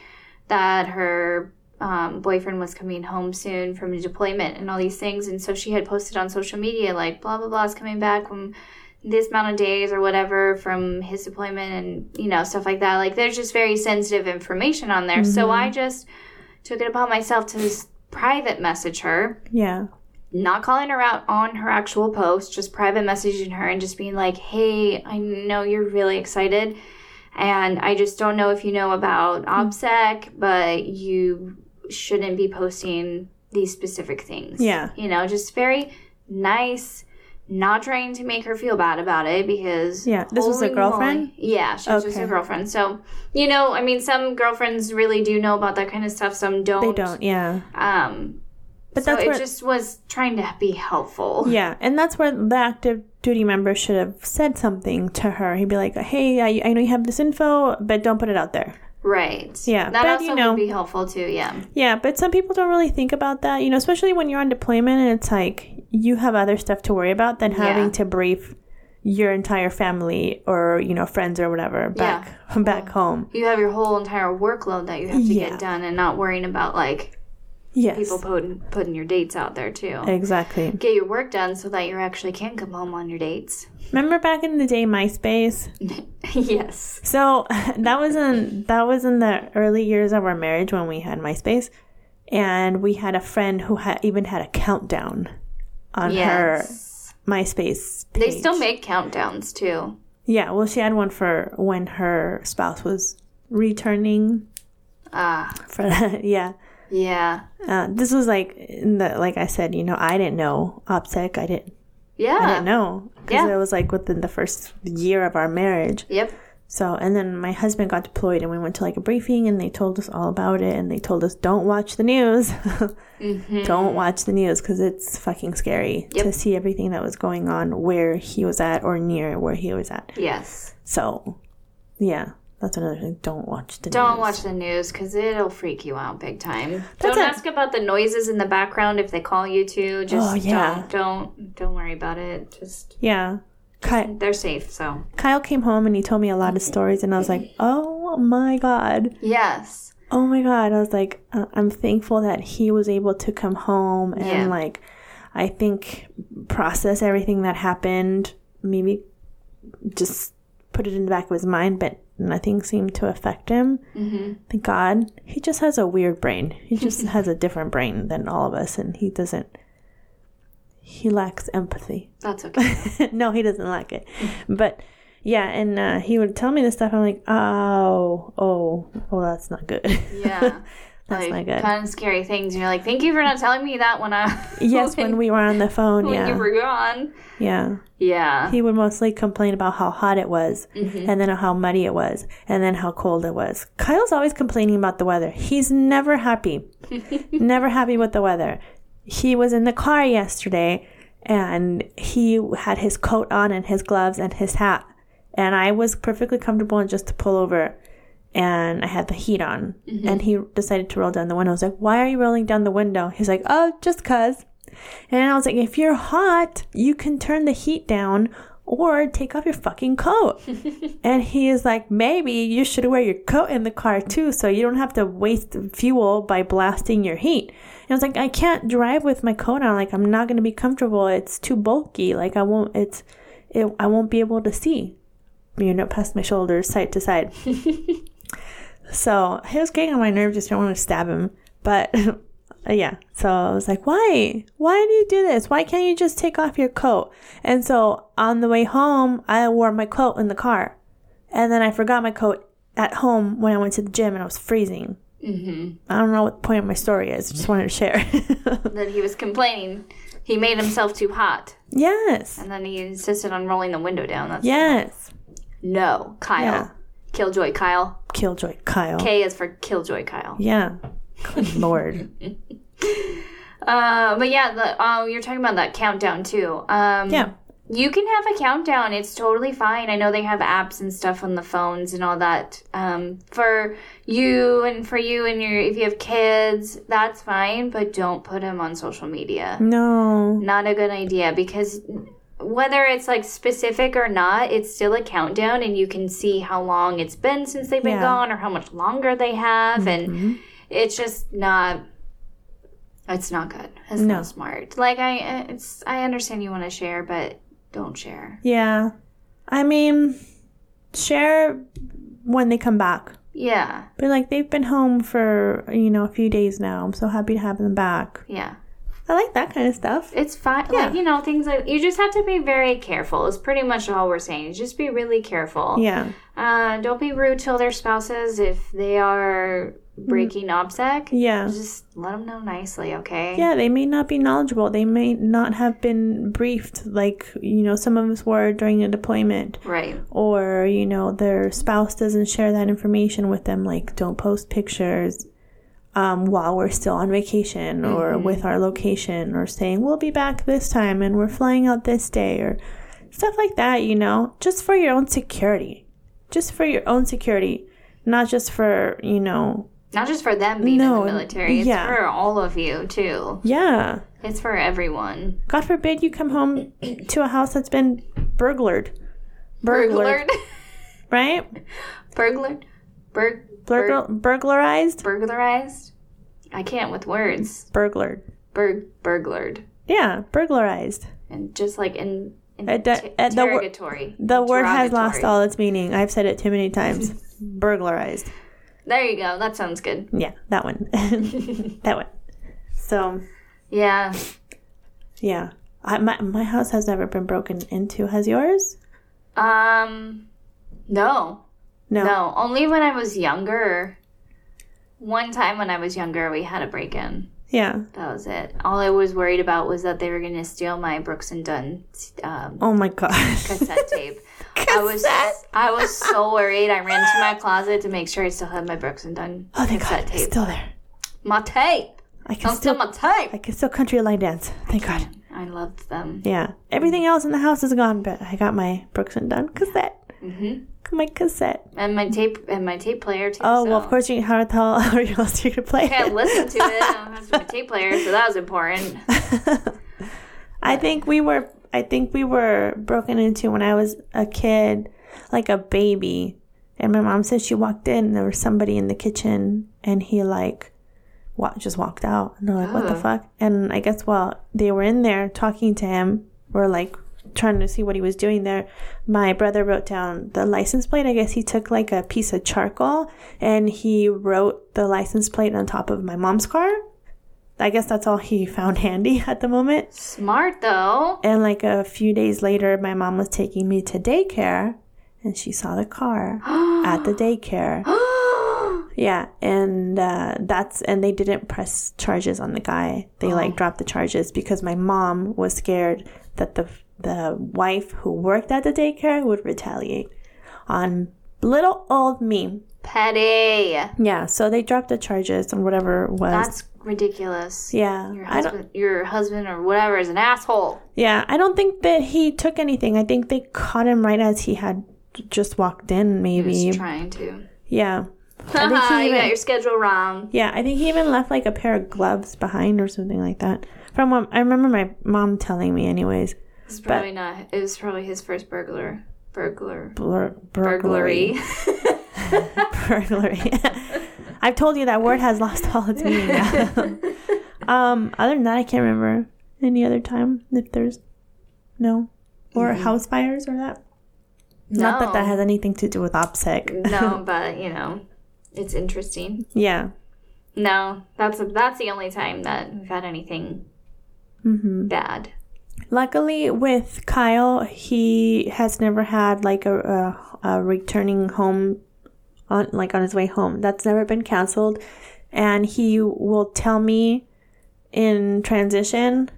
S2: that her um, boyfriend was coming home soon from a deployment and all these things, and so she had posted on social media like blah blah blah is coming back from this amount of days or whatever from his deployment and you know stuff like that like there's just very sensitive information on there so i just took it upon myself to s- private message her
S1: Yeah.
S2: not calling her out on her actual post just private messaging her and just being like hey i know you're really excited and i just don't know if you know about
S1: Hmm.
S2: obsec but you shouldn't be posting these specific things
S1: Yeah.
S2: you know just very nice not trying to make her feel bad about it because
S1: Yeah, this was a
S2: holy
S1: girlfriend?
S2: moly- yeah she was just a
S1: Okay.
S2: girlfriend so you know i mean some girlfriends really do know about that kind of stuff some don't
S1: They don't. Yeah.
S2: um
S1: But
S2: so
S1: that's
S2: it
S1: where.
S2: just was trying to be helpful
S1: yeah, and that's where the active duty member should have said something to her. He'd be like, "Hey, I, I know you have this info, but don't put it out there."
S2: Right.
S1: Yeah,
S2: That
S1: but,
S2: also
S1: you know-
S2: would be helpful too, yeah.
S1: Yeah, but some people don't really think about that, you know, especially when you're on deployment and it's like you have other stuff to worry about than having to brief your entire family or you know friends or whatever back *laughs* back home.
S2: You have your whole entire workload that you have to
S1: Yeah.
S2: get done and not worrying about like
S1: Yes,
S2: people putting putting your dates out there too.
S1: exactly.
S2: Get your work done so that you actually can come home on your dates. *laughs*
S1: Remember back in the day, MySpace.
S2: yes.
S1: So *laughs* that was in that was in the early years of our marriage when we had MySpace, and we had a friend who had even had a countdown on
S2: Yes.
S1: her MySpace.
S2: They
S1: page.
S2: still make countdowns too.
S1: yeah. Well, she had one for when her spouse was returning.
S2: Ah,
S1: For *laughs* that, yeah.
S2: yeah.
S1: Uh, this was like in the like I said, you know, I didn't know OPSEC. I didn't
S2: Yeah.
S1: I didn't know because
S2: Uh, Yeah.
S1: it was like within the first year of our marriage.
S2: Yep.
S1: So, and then my husband got deployed and we went to like a briefing and they told us all about it and they told us don't watch the news. *laughs* Don't watch the news because it's fucking scary to see everything that was going on where he was at or near where he was at.
S2: Yes.
S1: So, yeah, that's another thing. Don't watch the
S2: Don't
S1: news.
S2: watch the news because it'll freak you out big time.
S1: That's
S2: don't
S1: a-
S2: ask about the noises in the background if they call you to. Just
S1: Oh, yeah.
S2: don't, don't, don't worry about it. Just
S1: Yeah. Ki-
S2: they're safe. So
S1: Kyle came home and he told me a lot of stories and I was like, oh my God.
S2: yes,
S1: oh my god i was like uh, i'm thankful that he was able to come home and
S2: Yeah.
S1: like i think process everything that happened maybe just put it in the back of his mind but nothing seemed to affect him mm-hmm. thank god he just has a weird brain he just has a different brain than all of us and he doesn't he lacks empathy
S2: that's okay.
S1: no, he doesn't like it. But yeah, and uh, he would tell me this stuff. I'm like, oh, oh, oh, that's not good.
S2: Yeah,
S1: *laughs* *laughs* That's not
S2: like
S1: good.
S2: kind of scary things. You're like, thank you for not telling me that when I *laughs*
S1: yes, when we were on the phone,
S2: when
S1: yeah,
S2: you were gone.
S1: yeah,
S2: Yeah,
S1: he would mostly complain about how hot it was, and then how muddy it was, and then how cold it was. Kyle's always complaining about the weather. He's never happy, never happy with the weather. He was in the car yesterday, and he had his coat on and his gloves and his hat, and I was perfectly comfortable and just to pull over. and I had the heat on. And he decided to roll down the window. I was like, Why are you rolling down the window? He's like, Oh, just cuz. And I was like, If you're hot, you can turn the heat down or take off your fucking coat. and he is like, Maybe you should wear your coat in the car too, so you don't have to waste fuel by blasting your heat. And I was like, I can't drive with my coat on. Like, I'm not going to be comfortable. It's too bulky. Like, I won't, it's, it, I won't be able to see, you know, past my shoulders, side to side. So he was getting on my nerves, just don't want to stab him. But *laughs* Uh, yeah, so I was like, why? Why do you do this? Why can't you just take off your coat? And so on the way home, I wore my coat in the car. And then I forgot my coat at home when I went to the gym and I was freezing. Mm-hmm. I don't know what the point of my story is. I just wanted to share. *laughs*
S2: That he was complaining. He made himself too hot.
S1: yes.
S2: And then he insisted on rolling the window down. That's
S1: Yes.
S2: No, Kyle.
S1: Yeah.
S2: Killjoy Kyle.
S1: Killjoy Kyle.
S2: K is for Killjoy Kyle.
S1: yeah. Good lord.
S2: Uh, but yeah, the, uh, you're talking about that countdown too. Um,
S1: Yeah.
S2: You can have a countdown. It's totally fine. I know they have apps and stuff on the phones and all that. Um, for you and for you and your if you have kids, that's fine. But don't put them on social media.
S1: No.
S2: Not a good idea because whether it's like specific or not, it's still a countdown, and you can see how long it's been since they've been
S1: Yeah. Mm-hmm.
S2: gone or how much longer they have, and it's just not. It's not good. It's
S1: No.
S2: not smart. Like I, it's I understand you want to share, but don't share.
S1: Yeah. I mean, share when they come back.
S2: Yeah,
S1: But like they've been home for you know a few days now. I'm so happy to have them back.
S2: yeah.
S1: I like that kind of stuff.
S2: It's fine.
S1: Yeah.
S2: Like, you know, things like you just have to be very careful, is pretty much all we're saying. Just be really careful.
S1: Yeah,
S2: Uh, don't be rude to their spouses if they are breaking OPSEC.
S1: Mm. yeah,
S2: Just let them know nicely, okay?
S1: yeah. They may not be knowledgeable. They may not have been briefed like you know some of us were during a deployment,
S2: Right.
S1: or you know their spouse doesn't share that information with them. Like don't post pictures. Um, while we're still on vacation or with our location or saying we'll be back this time and we're flying out this day or stuff like that, you know, just for your own security. Just for your own security, not just for, you know,
S2: Not just for them being
S1: No,
S2: in the military, it's
S1: yeah.
S2: for all of you, too.
S1: yeah.
S2: It's for everyone.
S1: God forbid you come home to a house that's been burglared. Burglared,
S2: *laughs* Burglared?
S1: right?
S2: Burglared? Burg-
S1: Burgl- burglarized?
S2: burglarized? I can't with words.
S1: Burglared.
S2: Burg- burglared.
S1: Yeah, burglarized.
S2: And just like in. in
S1: At the- at the wor-
S2: interrogatory.
S1: The word has lost
S2: Derogatory.
S1: all its meaning. I've said it too many
S2: *laughs*
S1: times. burglarized.
S2: There you go. That sounds good.
S1: Yeah, that one. *laughs* that one. So,
S2: Yeah.
S1: yeah. I, my, my house has never been broken into. Has yours?
S2: Um, no,
S1: No.
S2: no. Only when I was younger. One time when I was younger, we had a break in.
S1: Yeah.
S2: That was it. All I was worried about was that they were going to steal my Brooks and Dunn
S1: *laughs*
S2: um,
S1: Oh my gosh. *laughs*
S2: cassette tape. I was I was so worried. I ran to my closet to make sure I still had my Brooks and Dunn
S1: Oh thank
S2: cassette
S1: God, it's
S2: tape. Oh,
S1: still there.
S2: My tape.
S1: I can
S2: Don't
S1: still,
S2: steal my tape.
S1: I can still country line dance. Thank God.
S2: I loved them.
S1: Yeah. Everything else in the house is gone, but I got my Brooks and Dunn cassette. Mm-hmm. My cassette.
S2: And my tape and my tape player too.
S1: Oh
S2: so.
S1: well, of course you how the *laughs* hell are you else you gonna play
S2: can't
S1: it?
S2: listen to it. I have my tape player, so that
S1: *laughs*
S2: was important.
S1: I think we were. I think we were broken into when I was a kid, like a baby. And my mom said she walked in and there was somebody in the kitchen, and he like, wa- just walked out. And they're like, what the fuck? And I guess while they were in there talking to him, or like trying to see what he was doing there, my brother wrote down the license plate. I guess he took like a piece of charcoal and he wrote the license plate on top of my mom's car. I guess that's all he found *laughs* handy at the moment.
S2: Smart though.
S1: And like a few days later, my mom was taking me to daycare and she saw the car at the daycare. yeah. And uh, that's, and they didn't press charges on the guy. They like dropped the charges because my mom was scared that the, the wife who worked at the daycare would retaliate on little old me.
S2: Petty.
S1: Yeah. So they dropped the charges on whatever it was.
S2: That's ridiculous.
S1: yeah.
S2: Your
S1: I don't,
S2: husband, your husband or whatever is an asshole.
S1: Yeah, I don't think that he took anything. I think they caught him right as he had just walked in,
S2: He's
S1: maybe.
S2: trying to.
S1: Yeah. I
S2: *laughs*
S1: think
S2: Haha,
S1: he
S2: you got
S1: even,
S2: your schedule wrong.
S1: yeah, I think he even left like a pair of gloves behind or something like that. From what I remember my mom telling me, anyways.
S2: It's probably not. It was probably his first burglar. Burglar.
S1: Blur, burglary.
S2: Burglary.
S1: *laughs* burglary. I've told you that word has lost all its meaning. now. *laughs* um, other than that, I can't remember any other time if there's no or house fires or that. Not that that
S2: No.
S1: has anything to do with OPSEC.
S2: *laughs* no, but you know, it's interesting.
S1: yeah.
S2: No, that's that's the only time that we've had anything
S1: Mm-hmm.
S2: bad.
S1: Luckily, with Kyle, he has never had like a, a, a returning home, on like on his way home. That's never been canceled, and he will tell me in transition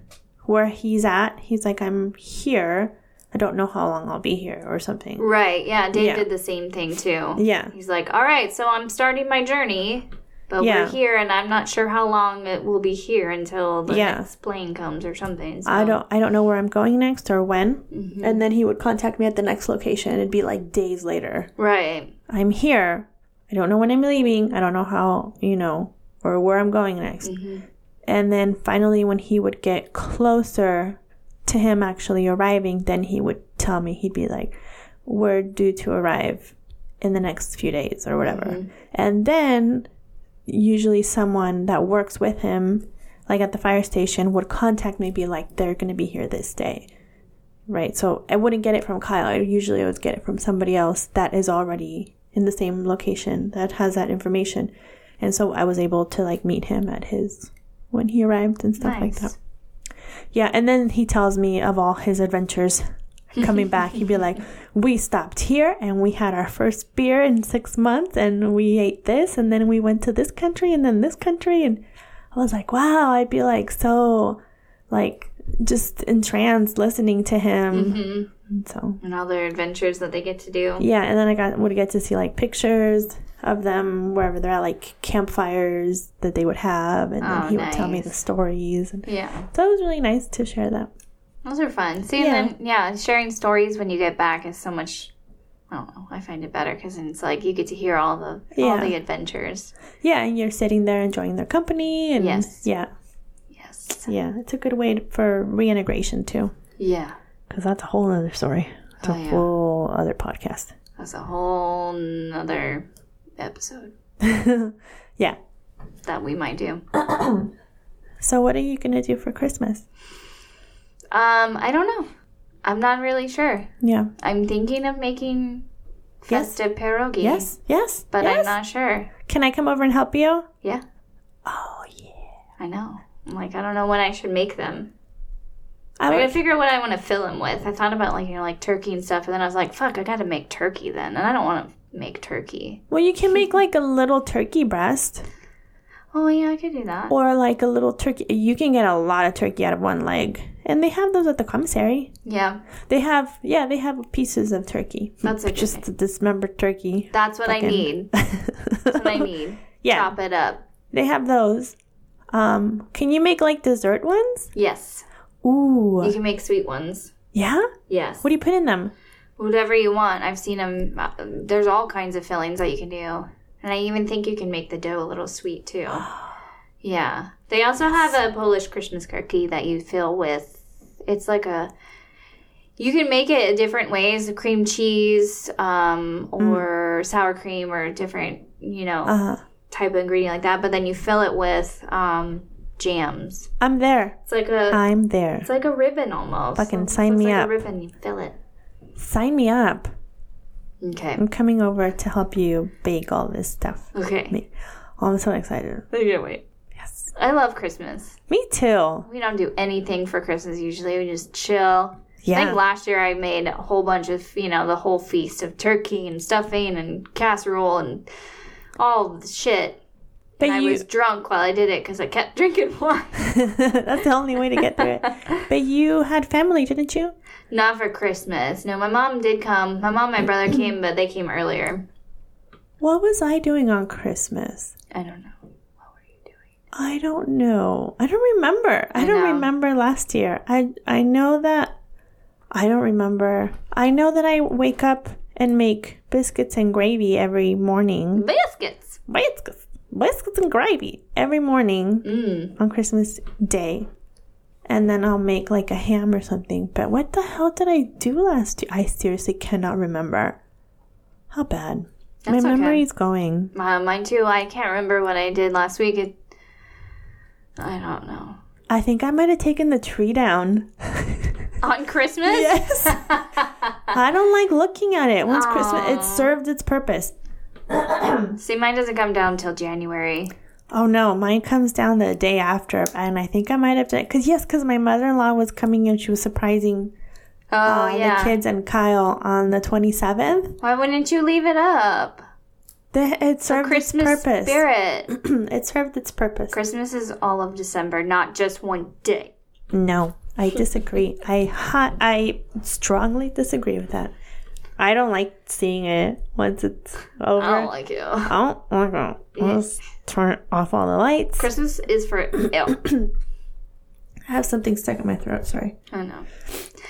S1: where he's at. He's like, "I'm here. I don't know how long I'll be here," or something.
S2: Right? Yeah, Dave
S1: Yeah.
S2: did the same thing too.
S1: Yeah,
S2: He's like, "All right, so I'm starting my journey, but
S1: Yeah.
S2: we're here, and I'm not sure how long it will be here until the
S1: Yeah.
S2: next plane comes or something." So.
S1: I don't. I don't know where I'm going next or when. And then he would contact me at the next location. It'd be like days later.
S2: Right.
S1: I'm here. I don't know when I'm leaving. I don't know how, you know, or where I'm going next. And then finally, when he would get closer to him actually arriving, then he would tell me, he'd be like, We're due to arrive in the next few days or whatever. And then usually someone that works with him, like at the fire station, would contact me, be like, They're going to be here this day. Right. So I wouldn't get it from Kyle. I usually always get it from somebody else that is already in the same location that has that information. And so I was able to like meet him at his when he arrived and stuff like
S2: Nice.
S1: that. Yeah, and then he tells me of all his adventures coming back. He'd be like, *laughs* "We stopped here and we had our first beer in 6 months and we ate this and then we went to this country and then this country." And I was like, "Wow." I'd be like, "So like just entranced listening to him.
S2: Mm-hmm.
S1: And So
S2: And all their adventures that they get to do.
S1: yeah, and then I got would get to see like pictures of them wherever they're at, like campfires that they would have, and then
S2: Oh,
S1: he would tell me
S2: nice.
S1: the stories. And
S2: Yeah.
S1: so it was really nice to share that.
S2: Those are fun. See,
S1: Yeah.
S2: and then, yeah, sharing stories when you get back is so much. I don't know. I find it better because it's like you get to hear all the all
S1: Yeah.
S2: the adventures.
S1: Yeah, and you're sitting there enjoying their company, and
S2: Yes.
S1: yeah,
S2: Yes.
S1: yeah, it's a good way to- for reintegration too,
S2: Yeah.
S1: because that's a whole other story. It's
S2: Oh,
S1: a
S2: yeah.
S1: whole other podcast. *laughs*
S2: That's a whole nother episode
S1: Yeah.
S2: that we might do.
S1: So what are you gonna do for Christmas?
S2: Um, I don't know. I'm not really sure.
S1: Yeah.
S2: I'm thinking of making
S1: Yes.
S2: festive pierogi.
S1: Yes. Yes.
S2: But
S1: yes.
S2: I'm not sure.
S1: Can I come over and help you?
S2: Yeah,
S1: Oh yeah.
S2: I know. I'm like, I don't know when I should make them.
S1: I
S2: I
S1: would-
S2: gotta figure out what I want to fill them with. I thought about like you know like turkey and stuff, and then I was like, fuck, I gotta make turkey then, and I don't want to make turkey.
S1: Well, you can make like a little turkey breast
S2: Oh yeah, I could do that.
S1: or like a little turkey. You can get a lot of turkey out of one leg. And they have those at the commissary.
S2: Yeah,
S1: They have, yeah, they have pieces of turkey.
S2: That's a good
S1: Just the dismembered turkey.
S2: that's what I need. That's
S1: *laughs*
S2: what I need.
S1: Yeah,
S2: Chop it up.
S1: they have those. Um, can you make like dessert ones?
S2: Yes, you
S1: Ooh.
S2: can make sweet ones.
S1: Yeah?
S2: Yes,
S1: What do you put in them?
S2: whatever you want. I've seen them. There's all kinds of fillings that you can do, and I even think you can make the dough a little sweet
S1: *gasps*
S2: too. Yeah, they also have a Polish Christmas cookie that you fill with. It's like a you can make it different ways cream cheese um, or sour cream or different you know
S1: Mm. Uh,
S2: type of ingredient like that but then you fill it with um, jams
S1: I'm there.
S2: it's like a
S1: I'm there.
S2: it's like a ribbon almost
S1: Uh. Fucking
S2: It
S1: sign
S2: looks
S1: me
S2: like a
S1: up.
S2: ribbon you fill it
S1: Sign me up.
S2: okay
S1: I'm coming over to help you bake all this stuff.
S2: okay
S1: Oh, I'm so excited.
S2: I can't wait
S1: Yes.
S2: I love Christmas.
S1: Me too.
S2: We don't do anything for Christmas usually. We just chill. I think
S1: Yeah.
S2: last year I made a whole bunch of, you know, the whole feast of turkey and stuffing and casserole and all the shit.
S1: But
S2: And I was *laughs* drunk while I did it because I kept *laughs* drinking wine.
S1: *laughs* That's the only way to get through it. But you had family, didn't you?
S2: Not for Christmas. No, my mom did come. My mom and my brother came, but they came earlier.
S1: What was I doing on Christmas?
S2: I don't know. What were you doing?
S1: I don't know. I don't remember. I, don't
S2: know.
S1: remember last year. I I know that I don't remember. I know that I wake up and make biscuits and gravy every morning.
S2: Biscuits.
S1: biscuits, biscuits and gravy every morning
S2: Mm.
S1: on Christmas Day. And then I'll make like a ham or something. But what the hell did I do last year? I seriously cannot remember. How bad.
S2: That's
S1: My
S2: okay.
S1: memory's going.
S2: Uh, mine too. I can't remember what I did last week. It, I don't know.
S1: I think I might have taken the tree down. *laughs*
S2: On Christmas?
S1: Yes.
S2: *laughs*
S1: I don't like looking at it. Once Christmas, it served its purpose.
S2: See, mine doesn't come down till January.
S1: Oh no, mine comes down the day after, and I think I might have done because yes, because my mother in law was coming and she was surprising
S2: Oh,
S1: uh,
S2: yeah.
S1: the kids and Kyle on the twenty seventh.
S2: Why wouldn't you leave it up?
S1: It served
S2: Christmas
S1: its purpose.
S2: spirit.
S1: *clears throat*
S2: *clears throat*
S1: it served its purpose.
S2: Christmas is all of December, not just one day.
S1: No, I disagree. I hot, I strongly disagree with that. I don't like seeing it once it's over.
S2: I don't like you.
S1: Oh, my God. Let's turn off all the lights.
S2: *laughs* Christmas is for *clears throat* ill.
S1: I have something stuck in my throat. Sorry.
S2: I know.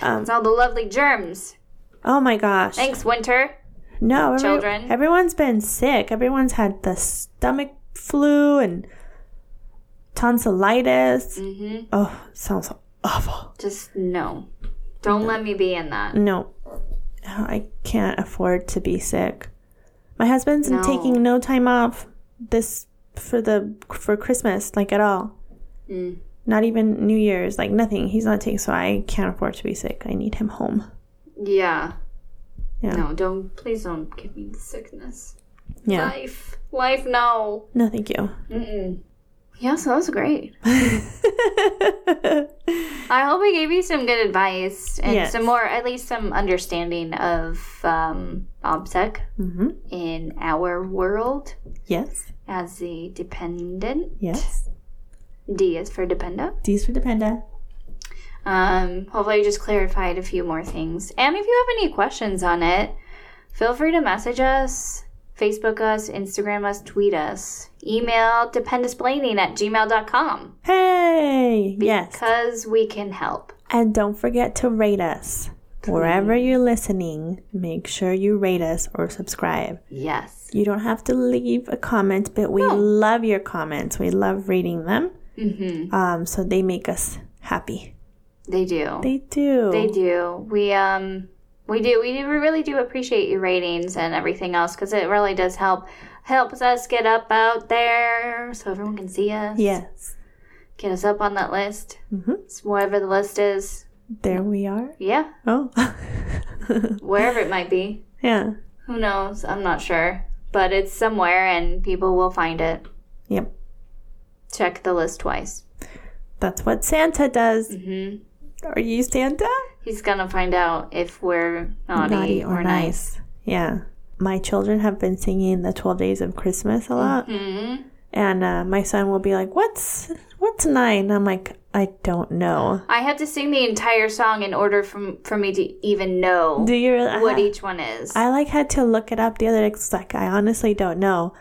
S1: Um,
S2: It's all the lovely germs.
S1: Oh my gosh.
S2: Thanks, winter.
S1: No, every-
S2: Children.
S1: Everyone's been sick. Everyone's had the stomach flu and tonsillitis.
S2: hmm
S1: Oh, sounds awful.
S2: Just no. Don't let me be in that.
S1: No, I can't afford to be sick. My husband's
S2: No.
S1: taking no time off this for the for Christmas, like at all.
S2: Mm.
S1: Not even New Year's, like nothing. He's not taking, so I can't afford to be sick. I need him home.
S2: Yeah.
S1: Yeah.
S2: No, don't. Please don't give me the sickness.
S1: Yeah.
S2: Life. Life, no.
S1: No, thank you. *laughs*
S2: Mm-mm. Yeah, so that was great. I hope I gave you some good advice and
S1: Yes.
S2: some more, at least some understanding of um, OBSEC
S1: hmm
S2: in our world
S1: Yes.
S2: as a dependent.
S1: Yes.
S2: D is for dependent.
S1: D's for the panda.
S2: Um, hopefully, I just clarified a few more things. And if you have any questions on it, feel free to message us, Facebook us, Instagram us, tweet us, email dependisplaining at gmail.com
S1: Hey! Yes.
S2: because we can help.
S1: And don't forget to rate us. Wherever you're listening, make sure you rate us or subscribe.
S2: Yes.
S1: You don't have to leave a comment, but we love your comments. We love reading them.
S2: hmm
S1: Um, so they make us happy.
S2: They do.
S1: They do.
S2: They do. We, um, we do. We do. We really do appreciate your ratings and everything else because it really does help. Helps us get up out there so everyone can see us.
S1: Yes.
S2: Get us up on that list.
S1: Mhm.
S2: It's whatever the list is.
S1: There we are.
S2: Yeah.
S1: Oh. *laughs*
S2: wherever it might be.
S1: yeah.
S2: Who knows? I'm not sure. But it's somewhere and people will find it.
S1: Yep.
S2: Check the list twice.
S1: That's what Santa does.
S2: hmm
S1: Are you Santa?
S2: He's going to find out if we're naughty,
S1: Naughty
S2: or, nice.
S1: Yeah. My children have been singing the 12 days of Christmas a lot.
S2: Mhm.
S1: And uh, my son will be like, "What's what's nine?" I'm like, "I don't know."
S2: I had to sing the entire song in order for, for me to even know
S1: Do you? Really,
S2: what each one is.
S1: I like had to look it up the other day. 'cause, like, I honestly don't know.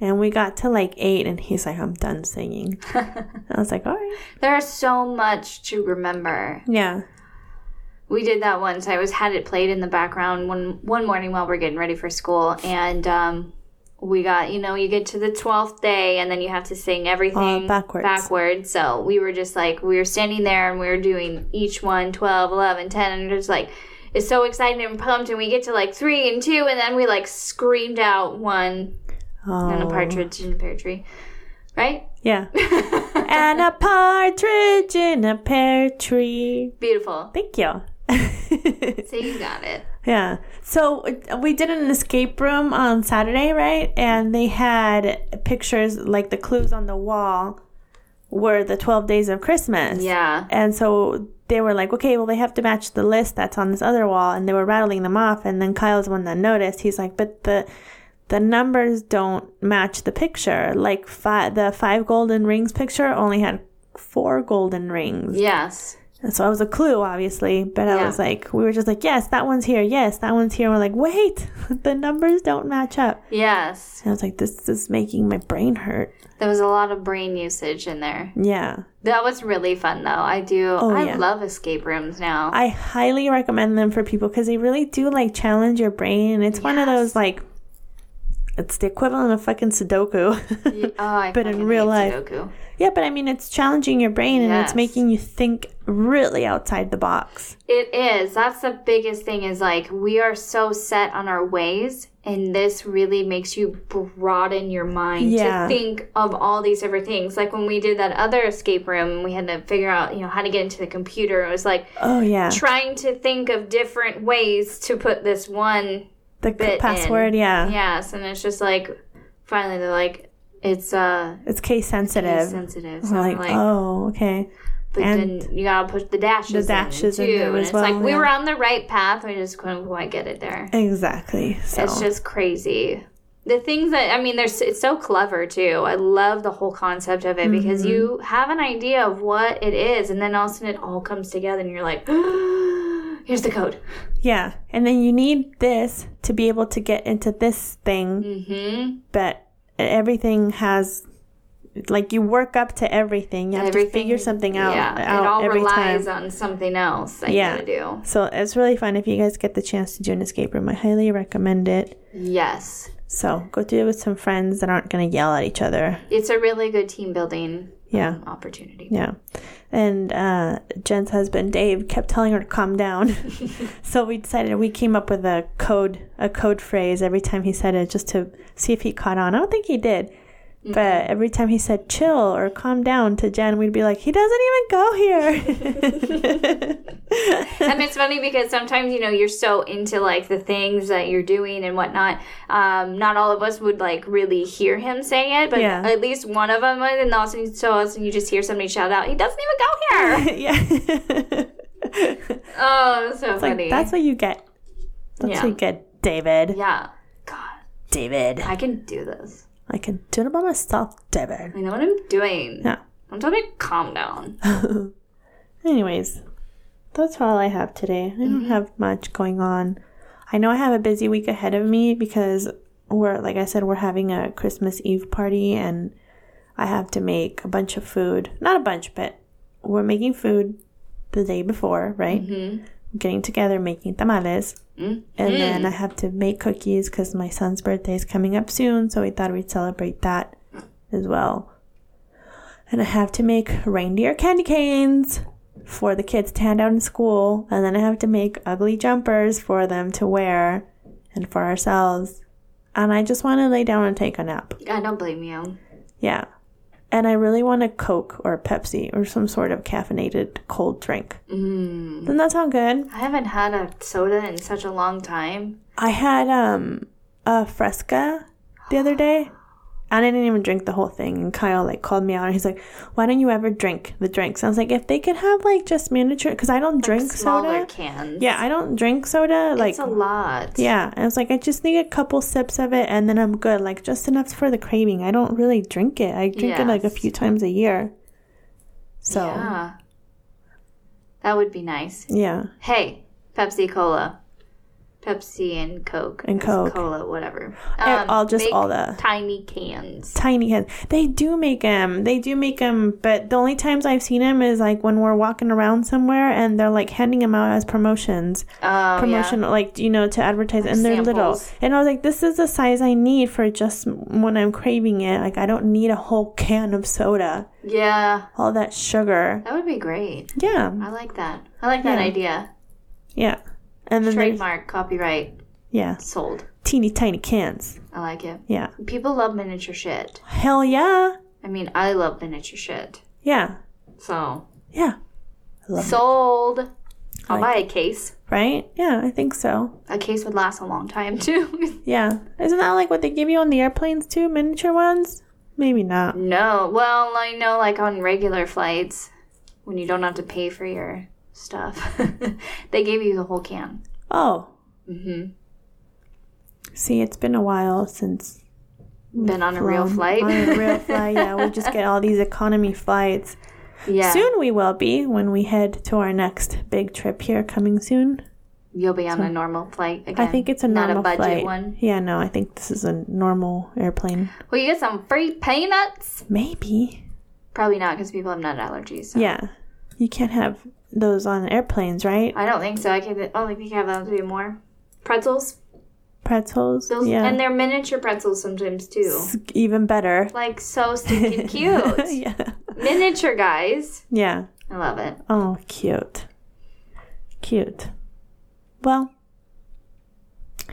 S1: And we got to like eight, and he's like, "I'm done
S2: *laughs*
S1: singing." I was like, "All right,
S2: there is so much to remember.
S1: yeah,
S2: We did that once. I was had it played in the background one one morning while we're getting ready for school, and um, we got you know you get to the twelfth day, and then you have to sing everything
S1: Uh, backwards.
S2: backwards. So we were just like we were standing there and we were doing each one 12, 11, 10, and just like it's so exciting and pumped, and we get to like three and two, and then we like screamed out one
S1: oh,
S2: and a partridge in a pear tree, right? *laughs*
S1: yeah, and a partridge in a pear tree."
S2: Beautiful.
S1: Thank you. *laughs*
S2: So you got it.
S1: Yeah. So uh, we did an escape room on Saturday, right? And they had pictures like the clues on the wall were the 12 days of Christmas.
S2: Yeah.
S1: And so they were like, okay, well, they have to match the list that's on this other wall. And they were rattling them off. And then Kyle's the one that noticed. He's like, but the. The numbers don't match the picture. Like fi- the five golden rings picture only had four golden rings.
S2: Yes.
S1: And so it was a clue, obviously, but I
S2: Yeah.
S1: was like, we were just like, yes, that one's here, yes, that one's here. And we're like, wait, *laughs* the numbers don't match up.
S2: Yes.
S1: And I was like, this is making my brain hurt.
S2: There was a lot of brain usage in there.
S1: Yeah.
S2: That was really fun though. I do.
S1: Oh,
S2: I
S1: yeah.
S2: love escape rooms now.
S1: I highly recommend them for people because they really do like challenge your brain. And it's one of
S2: Yes.
S1: those like, it's the equivalent of fucking Sudoku.
S2: Yeah. Oh, I
S1: But in
S2: fucking
S1: real
S2: hate
S1: life.
S2: Sudoku.
S1: *laughs* yeah, but I mean, it's challenging your brain and it's
S2: Yes.
S1: making you think really outside the box.
S2: It is. That's the biggest thing is like we are so set on our ways and this really makes you broaden your mind
S1: Yeah.
S2: to think of all these different things. Like when we did that other escape room and we had to figure out, you know, how to get into the computer. It was like
S1: Oh, yeah.
S2: trying to think of different ways to put this one
S1: The
S2: bit in.
S1: password, yeah.
S2: Yes, and it's just like finally they're like it's uh
S1: It's case sensitive.
S2: sensitive.
S1: We're
S2: So
S1: like,
S2: I'm like,
S1: oh, okay.
S2: but
S1: and-
S2: then you gotta push the dashes,
S1: The dashes
S2: in,
S1: in
S2: too.
S1: there
S2: and
S1: as
S2: it's
S1: well,
S2: like we
S1: yeah.
S2: were on the right path. We just couldn't quite get it there.
S1: Exactly. So,
S2: It's just crazy. The things that I mean, there's it's so clever too. I love the whole concept of it
S1: Mm-hmm.
S2: because you have an idea of what it is, and then all of a sudden it all comes together, and you're like, *gasps* "Here's the code."
S1: yeah. And then you need this to be able to get into this thing.
S2: Mm-hmm.
S1: but everything has like you work up to everything you have to figure something out,
S2: Yeah,
S1: out
S2: it all
S1: every
S2: relies
S1: time
S2: on something else. That
S1: Yeah.
S2: yeah, you gotta
S1: so it's really fun if you guys get the chance to do an escape room i highly recommend it
S2: do. Yes,
S1: so go do it with some friends that aren't going to yell at each other
S2: it's a really good team building
S1: yeah
S2: um, opportunity.
S1: *laughs* yeah and uh, jen's husband dave kept telling her to calm
S2: *laughs*
S1: down so we decided we came up with a code a code phrase every time he said it just to see if he caught on i don't think he did But every time he said chill or calm down to Jen, we'd be like, he doesn't even go
S2: *laughs*
S1: here.
S2: and it's funny because sometimes you know you're so into like the things that you're doing and whatnot um, not all of us would like really hear him say it but
S1: Yeah.
S2: at least one of them would and all of a sudden so all of a sudden you just hear somebody shout out he doesn't even
S1: *laughs*
S2: go here
S1: *laughs* yeah.
S2: oh that's so funny
S1: like, that's what you get. That's
S2: Yeah.
S1: what you get, David.
S2: yeah god
S1: David.
S2: i can do this
S1: I can do it by myself, David.
S2: i know what i'm doing
S1: Yeah.
S2: i'm telling you to calm down
S1: *laughs* Anyways, that's all I have today. I don't have much going on. I know I have a busy week ahead of me because we're, like I said, we're having a Christmas Eve party and I have to make a bunch of food. Not a bunch, but we're making food the day before, right? Mm-hmm. Getting together, making tamales. And then I have to make cookies because my son's birthday is coming up soon, so we thought we'd celebrate that as well. And I have to make reindeer candy canes for the kids to hand out in school, and then I have to make ugly jumpers for them to wear and for ourselves. And I just want to lay down and take a nap.
S2: i don't blame you
S1: Yeah. And I really want a Coke or a Pepsi or some sort of caffeinated cold drink.
S2: mm.
S1: Doesn't that sound good?
S2: i haven't had a soda in such a long time
S1: I had um a Fresca the other day. And I didn't even drink the whole thing. And Kyle like called me out and he's like, "Why don't you ever drink the drinks?" I was like, "If they could have like just miniature, because I don't drink
S2: smaller
S1: soda.
S2: cans
S1: Yeah, I don't drink soda. Like
S2: it's a lot
S1: Yeah, I was like, I just need a couple sips of it and then I'm good. Like, just enough for the craving. I don't really drink it. I drink it like a
S2: Yes.
S1: few times a year. So, yeah.
S2: Yeah. That would be nice. Hey, Pepsi Cola. Pepsi and Coke.
S1: And
S2: It's
S1: Coke.
S2: Cola, whatever. Um,
S1: And all- just
S2: make
S1: all the-
S2: tiny cans.
S1: Tiny cans. They do make them. They do make them, but the only times I've seen them is like when we're walking around somewhere and they're like handing them out as promotions.
S2: Oh,
S1: Promotion, like, you know, to advertise. and they're little.
S2: samples.
S1: And I was like, this is the size I need for just when I'm craving it. Like, I don't need a whole can of soda,
S2: Yeah. yeah.
S1: all that sugar.
S2: That would be great.
S1: Yeah.
S2: I like that. I like that
S1: Yeah.
S2: idea.
S1: Yeah. And then there's
S2: Trademark, copyright,
S1: yeah,
S2: sold.
S1: teeny tiny cans.
S2: I like it.
S1: Yeah.
S2: People love miniature shit.
S1: Hell yeah.
S2: I mean, I love miniature shit.
S1: Yeah.
S2: So,
S1: Yeah. I love it.
S2: sold. I'll
S1: like
S2: buy a case.
S1: Right? Yeah, I think so.
S2: A case would last a long time, *laughs* too.
S1: Yeah. Isn't that like what they give you on the airplanes too? Miniature ones? Maybe not.
S2: No. Well, I know, like on regular flights, when you don't have to pay for your stuff, *laughs* they gave you the whole can.
S1: Oh. Mm-hmm. See, it's been a while since
S2: Been on a real
S1: flown
S2: flight.
S1: On
S2: *laughs*
S1: a real flight, yeah. We just get all these economy flights.
S2: yeah.
S1: Soon we will be when we head to our next big trip here coming soon.
S2: You'll be on a normal flight again.
S1: I think it's a
S2: not
S1: normal
S2: a budget
S1: flight.
S2: one.
S1: Yeah, no, I think this is a normal airplane.
S2: Will you get some free peanuts?
S1: Maybe.
S2: Probably not, because people have nut allergies. So.
S1: Yeah. You can't have those on airplanes, right?
S2: oh, I don't think so. I can only think I have those be more pretzels.
S1: pretzels.
S2: Those,
S1: yeah.
S2: And they're miniature pretzels sometimes too.
S1: It's even better.
S2: Like
S1: *laughs*
S2: so stinking cute.
S1: yeah.
S2: Miniature guys.
S1: Yeah.
S2: I love it.
S1: Oh, cute. Cute. Well,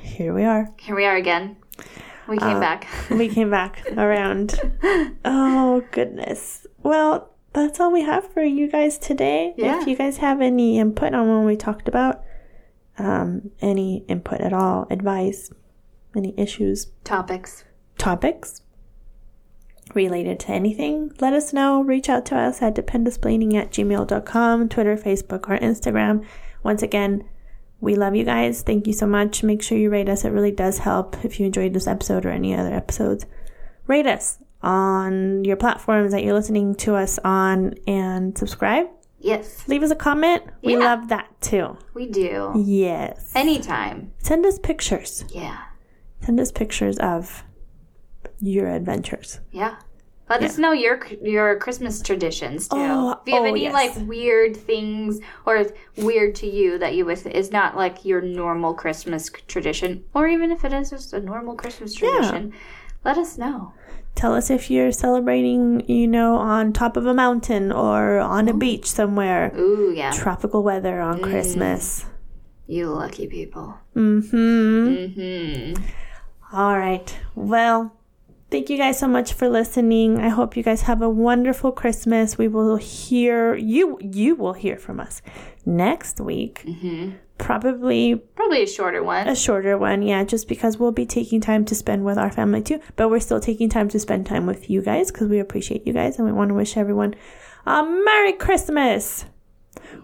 S1: here we are.
S2: Here we are again. We
S1: Uh,
S2: came back. *laughs*
S1: We came back around. Oh, goodness. Well, that's all we have for you guys today.
S2: Yeah.
S1: If you guys have any input on what we talked about, um, any input at all, advice, any issues,
S2: Topics.
S1: topics related to anything, let us know. Reach out to us at dependisplaining at gmail.com, Twitter, Facebook, or Instagram. Once again, we love you guys. Thank you so much. Make sure you rate us. It really does help if you enjoyed this episode or any other episodes. Rate us on your platforms that you're listening to us on and subscribe.
S2: Yes,
S1: Leave us a comment. We
S2: Yeah.
S1: love that too.
S2: we do.
S1: Yes.
S2: Anytime.
S1: Send us pictures.
S2: Yeah.
S1: Send us pictures of your adventures.
S2: Yeah. Let us know your your Christmas traditions too.
S1: Oh,
S2: if you have
S1: oh,
S2: any
S1: yes.
S2: like weird things or weird to you that you with is not like your normal Christmas c- tradition, or even if it is just a normal Christmas tradition, let us know.
S1: Tell us if you're celebrating, you know, on top of a mountain or on a beach somewhere.
S2: Ooh, yeah,
S1: Tropical weather on Christmas.
S2: you lucky people.
S1: Mm-hmm.
S2: Hmm.
S1: All right. Well, thank you guys so much for listening. I hope you guys have a wonderful Christmas. We will hear you you will hear from us next week. Probably
S2: Probably a shorter
S1: a
S2: one.
S1: shorter one, yeah, just because we'll be taking time to spend with our family too. But we're still taking time to spend time with you guys because we appreciate you guys and we want to wish everyone a Merry Christmas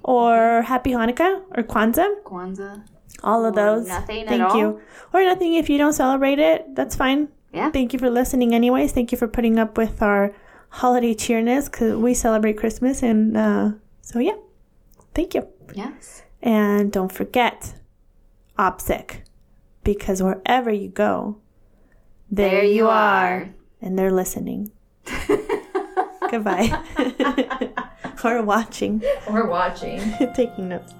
S1: or Happy Hanukkah or Kwanzaa,
S2: Kwanzaa.
S1: all of
S2: Or
S1: those.
S2: nothing at
S1: Thank you. Or nothing if you don't celebrate it, that's fine.
S2: Yeah.
S1: Thank you for listening, anyways. Thank you for putting up with our holiday cheerness because we celebrate Christmas and uh, so yeah. Thank you.
S2: Yes.
S1: And don't forget, OPSIC, because wherever you go, there, you, are. And they're *laughs* listening. Goodbye. *laughs* or watching,
S3: Or watching.
S1: *laughs* taking notes.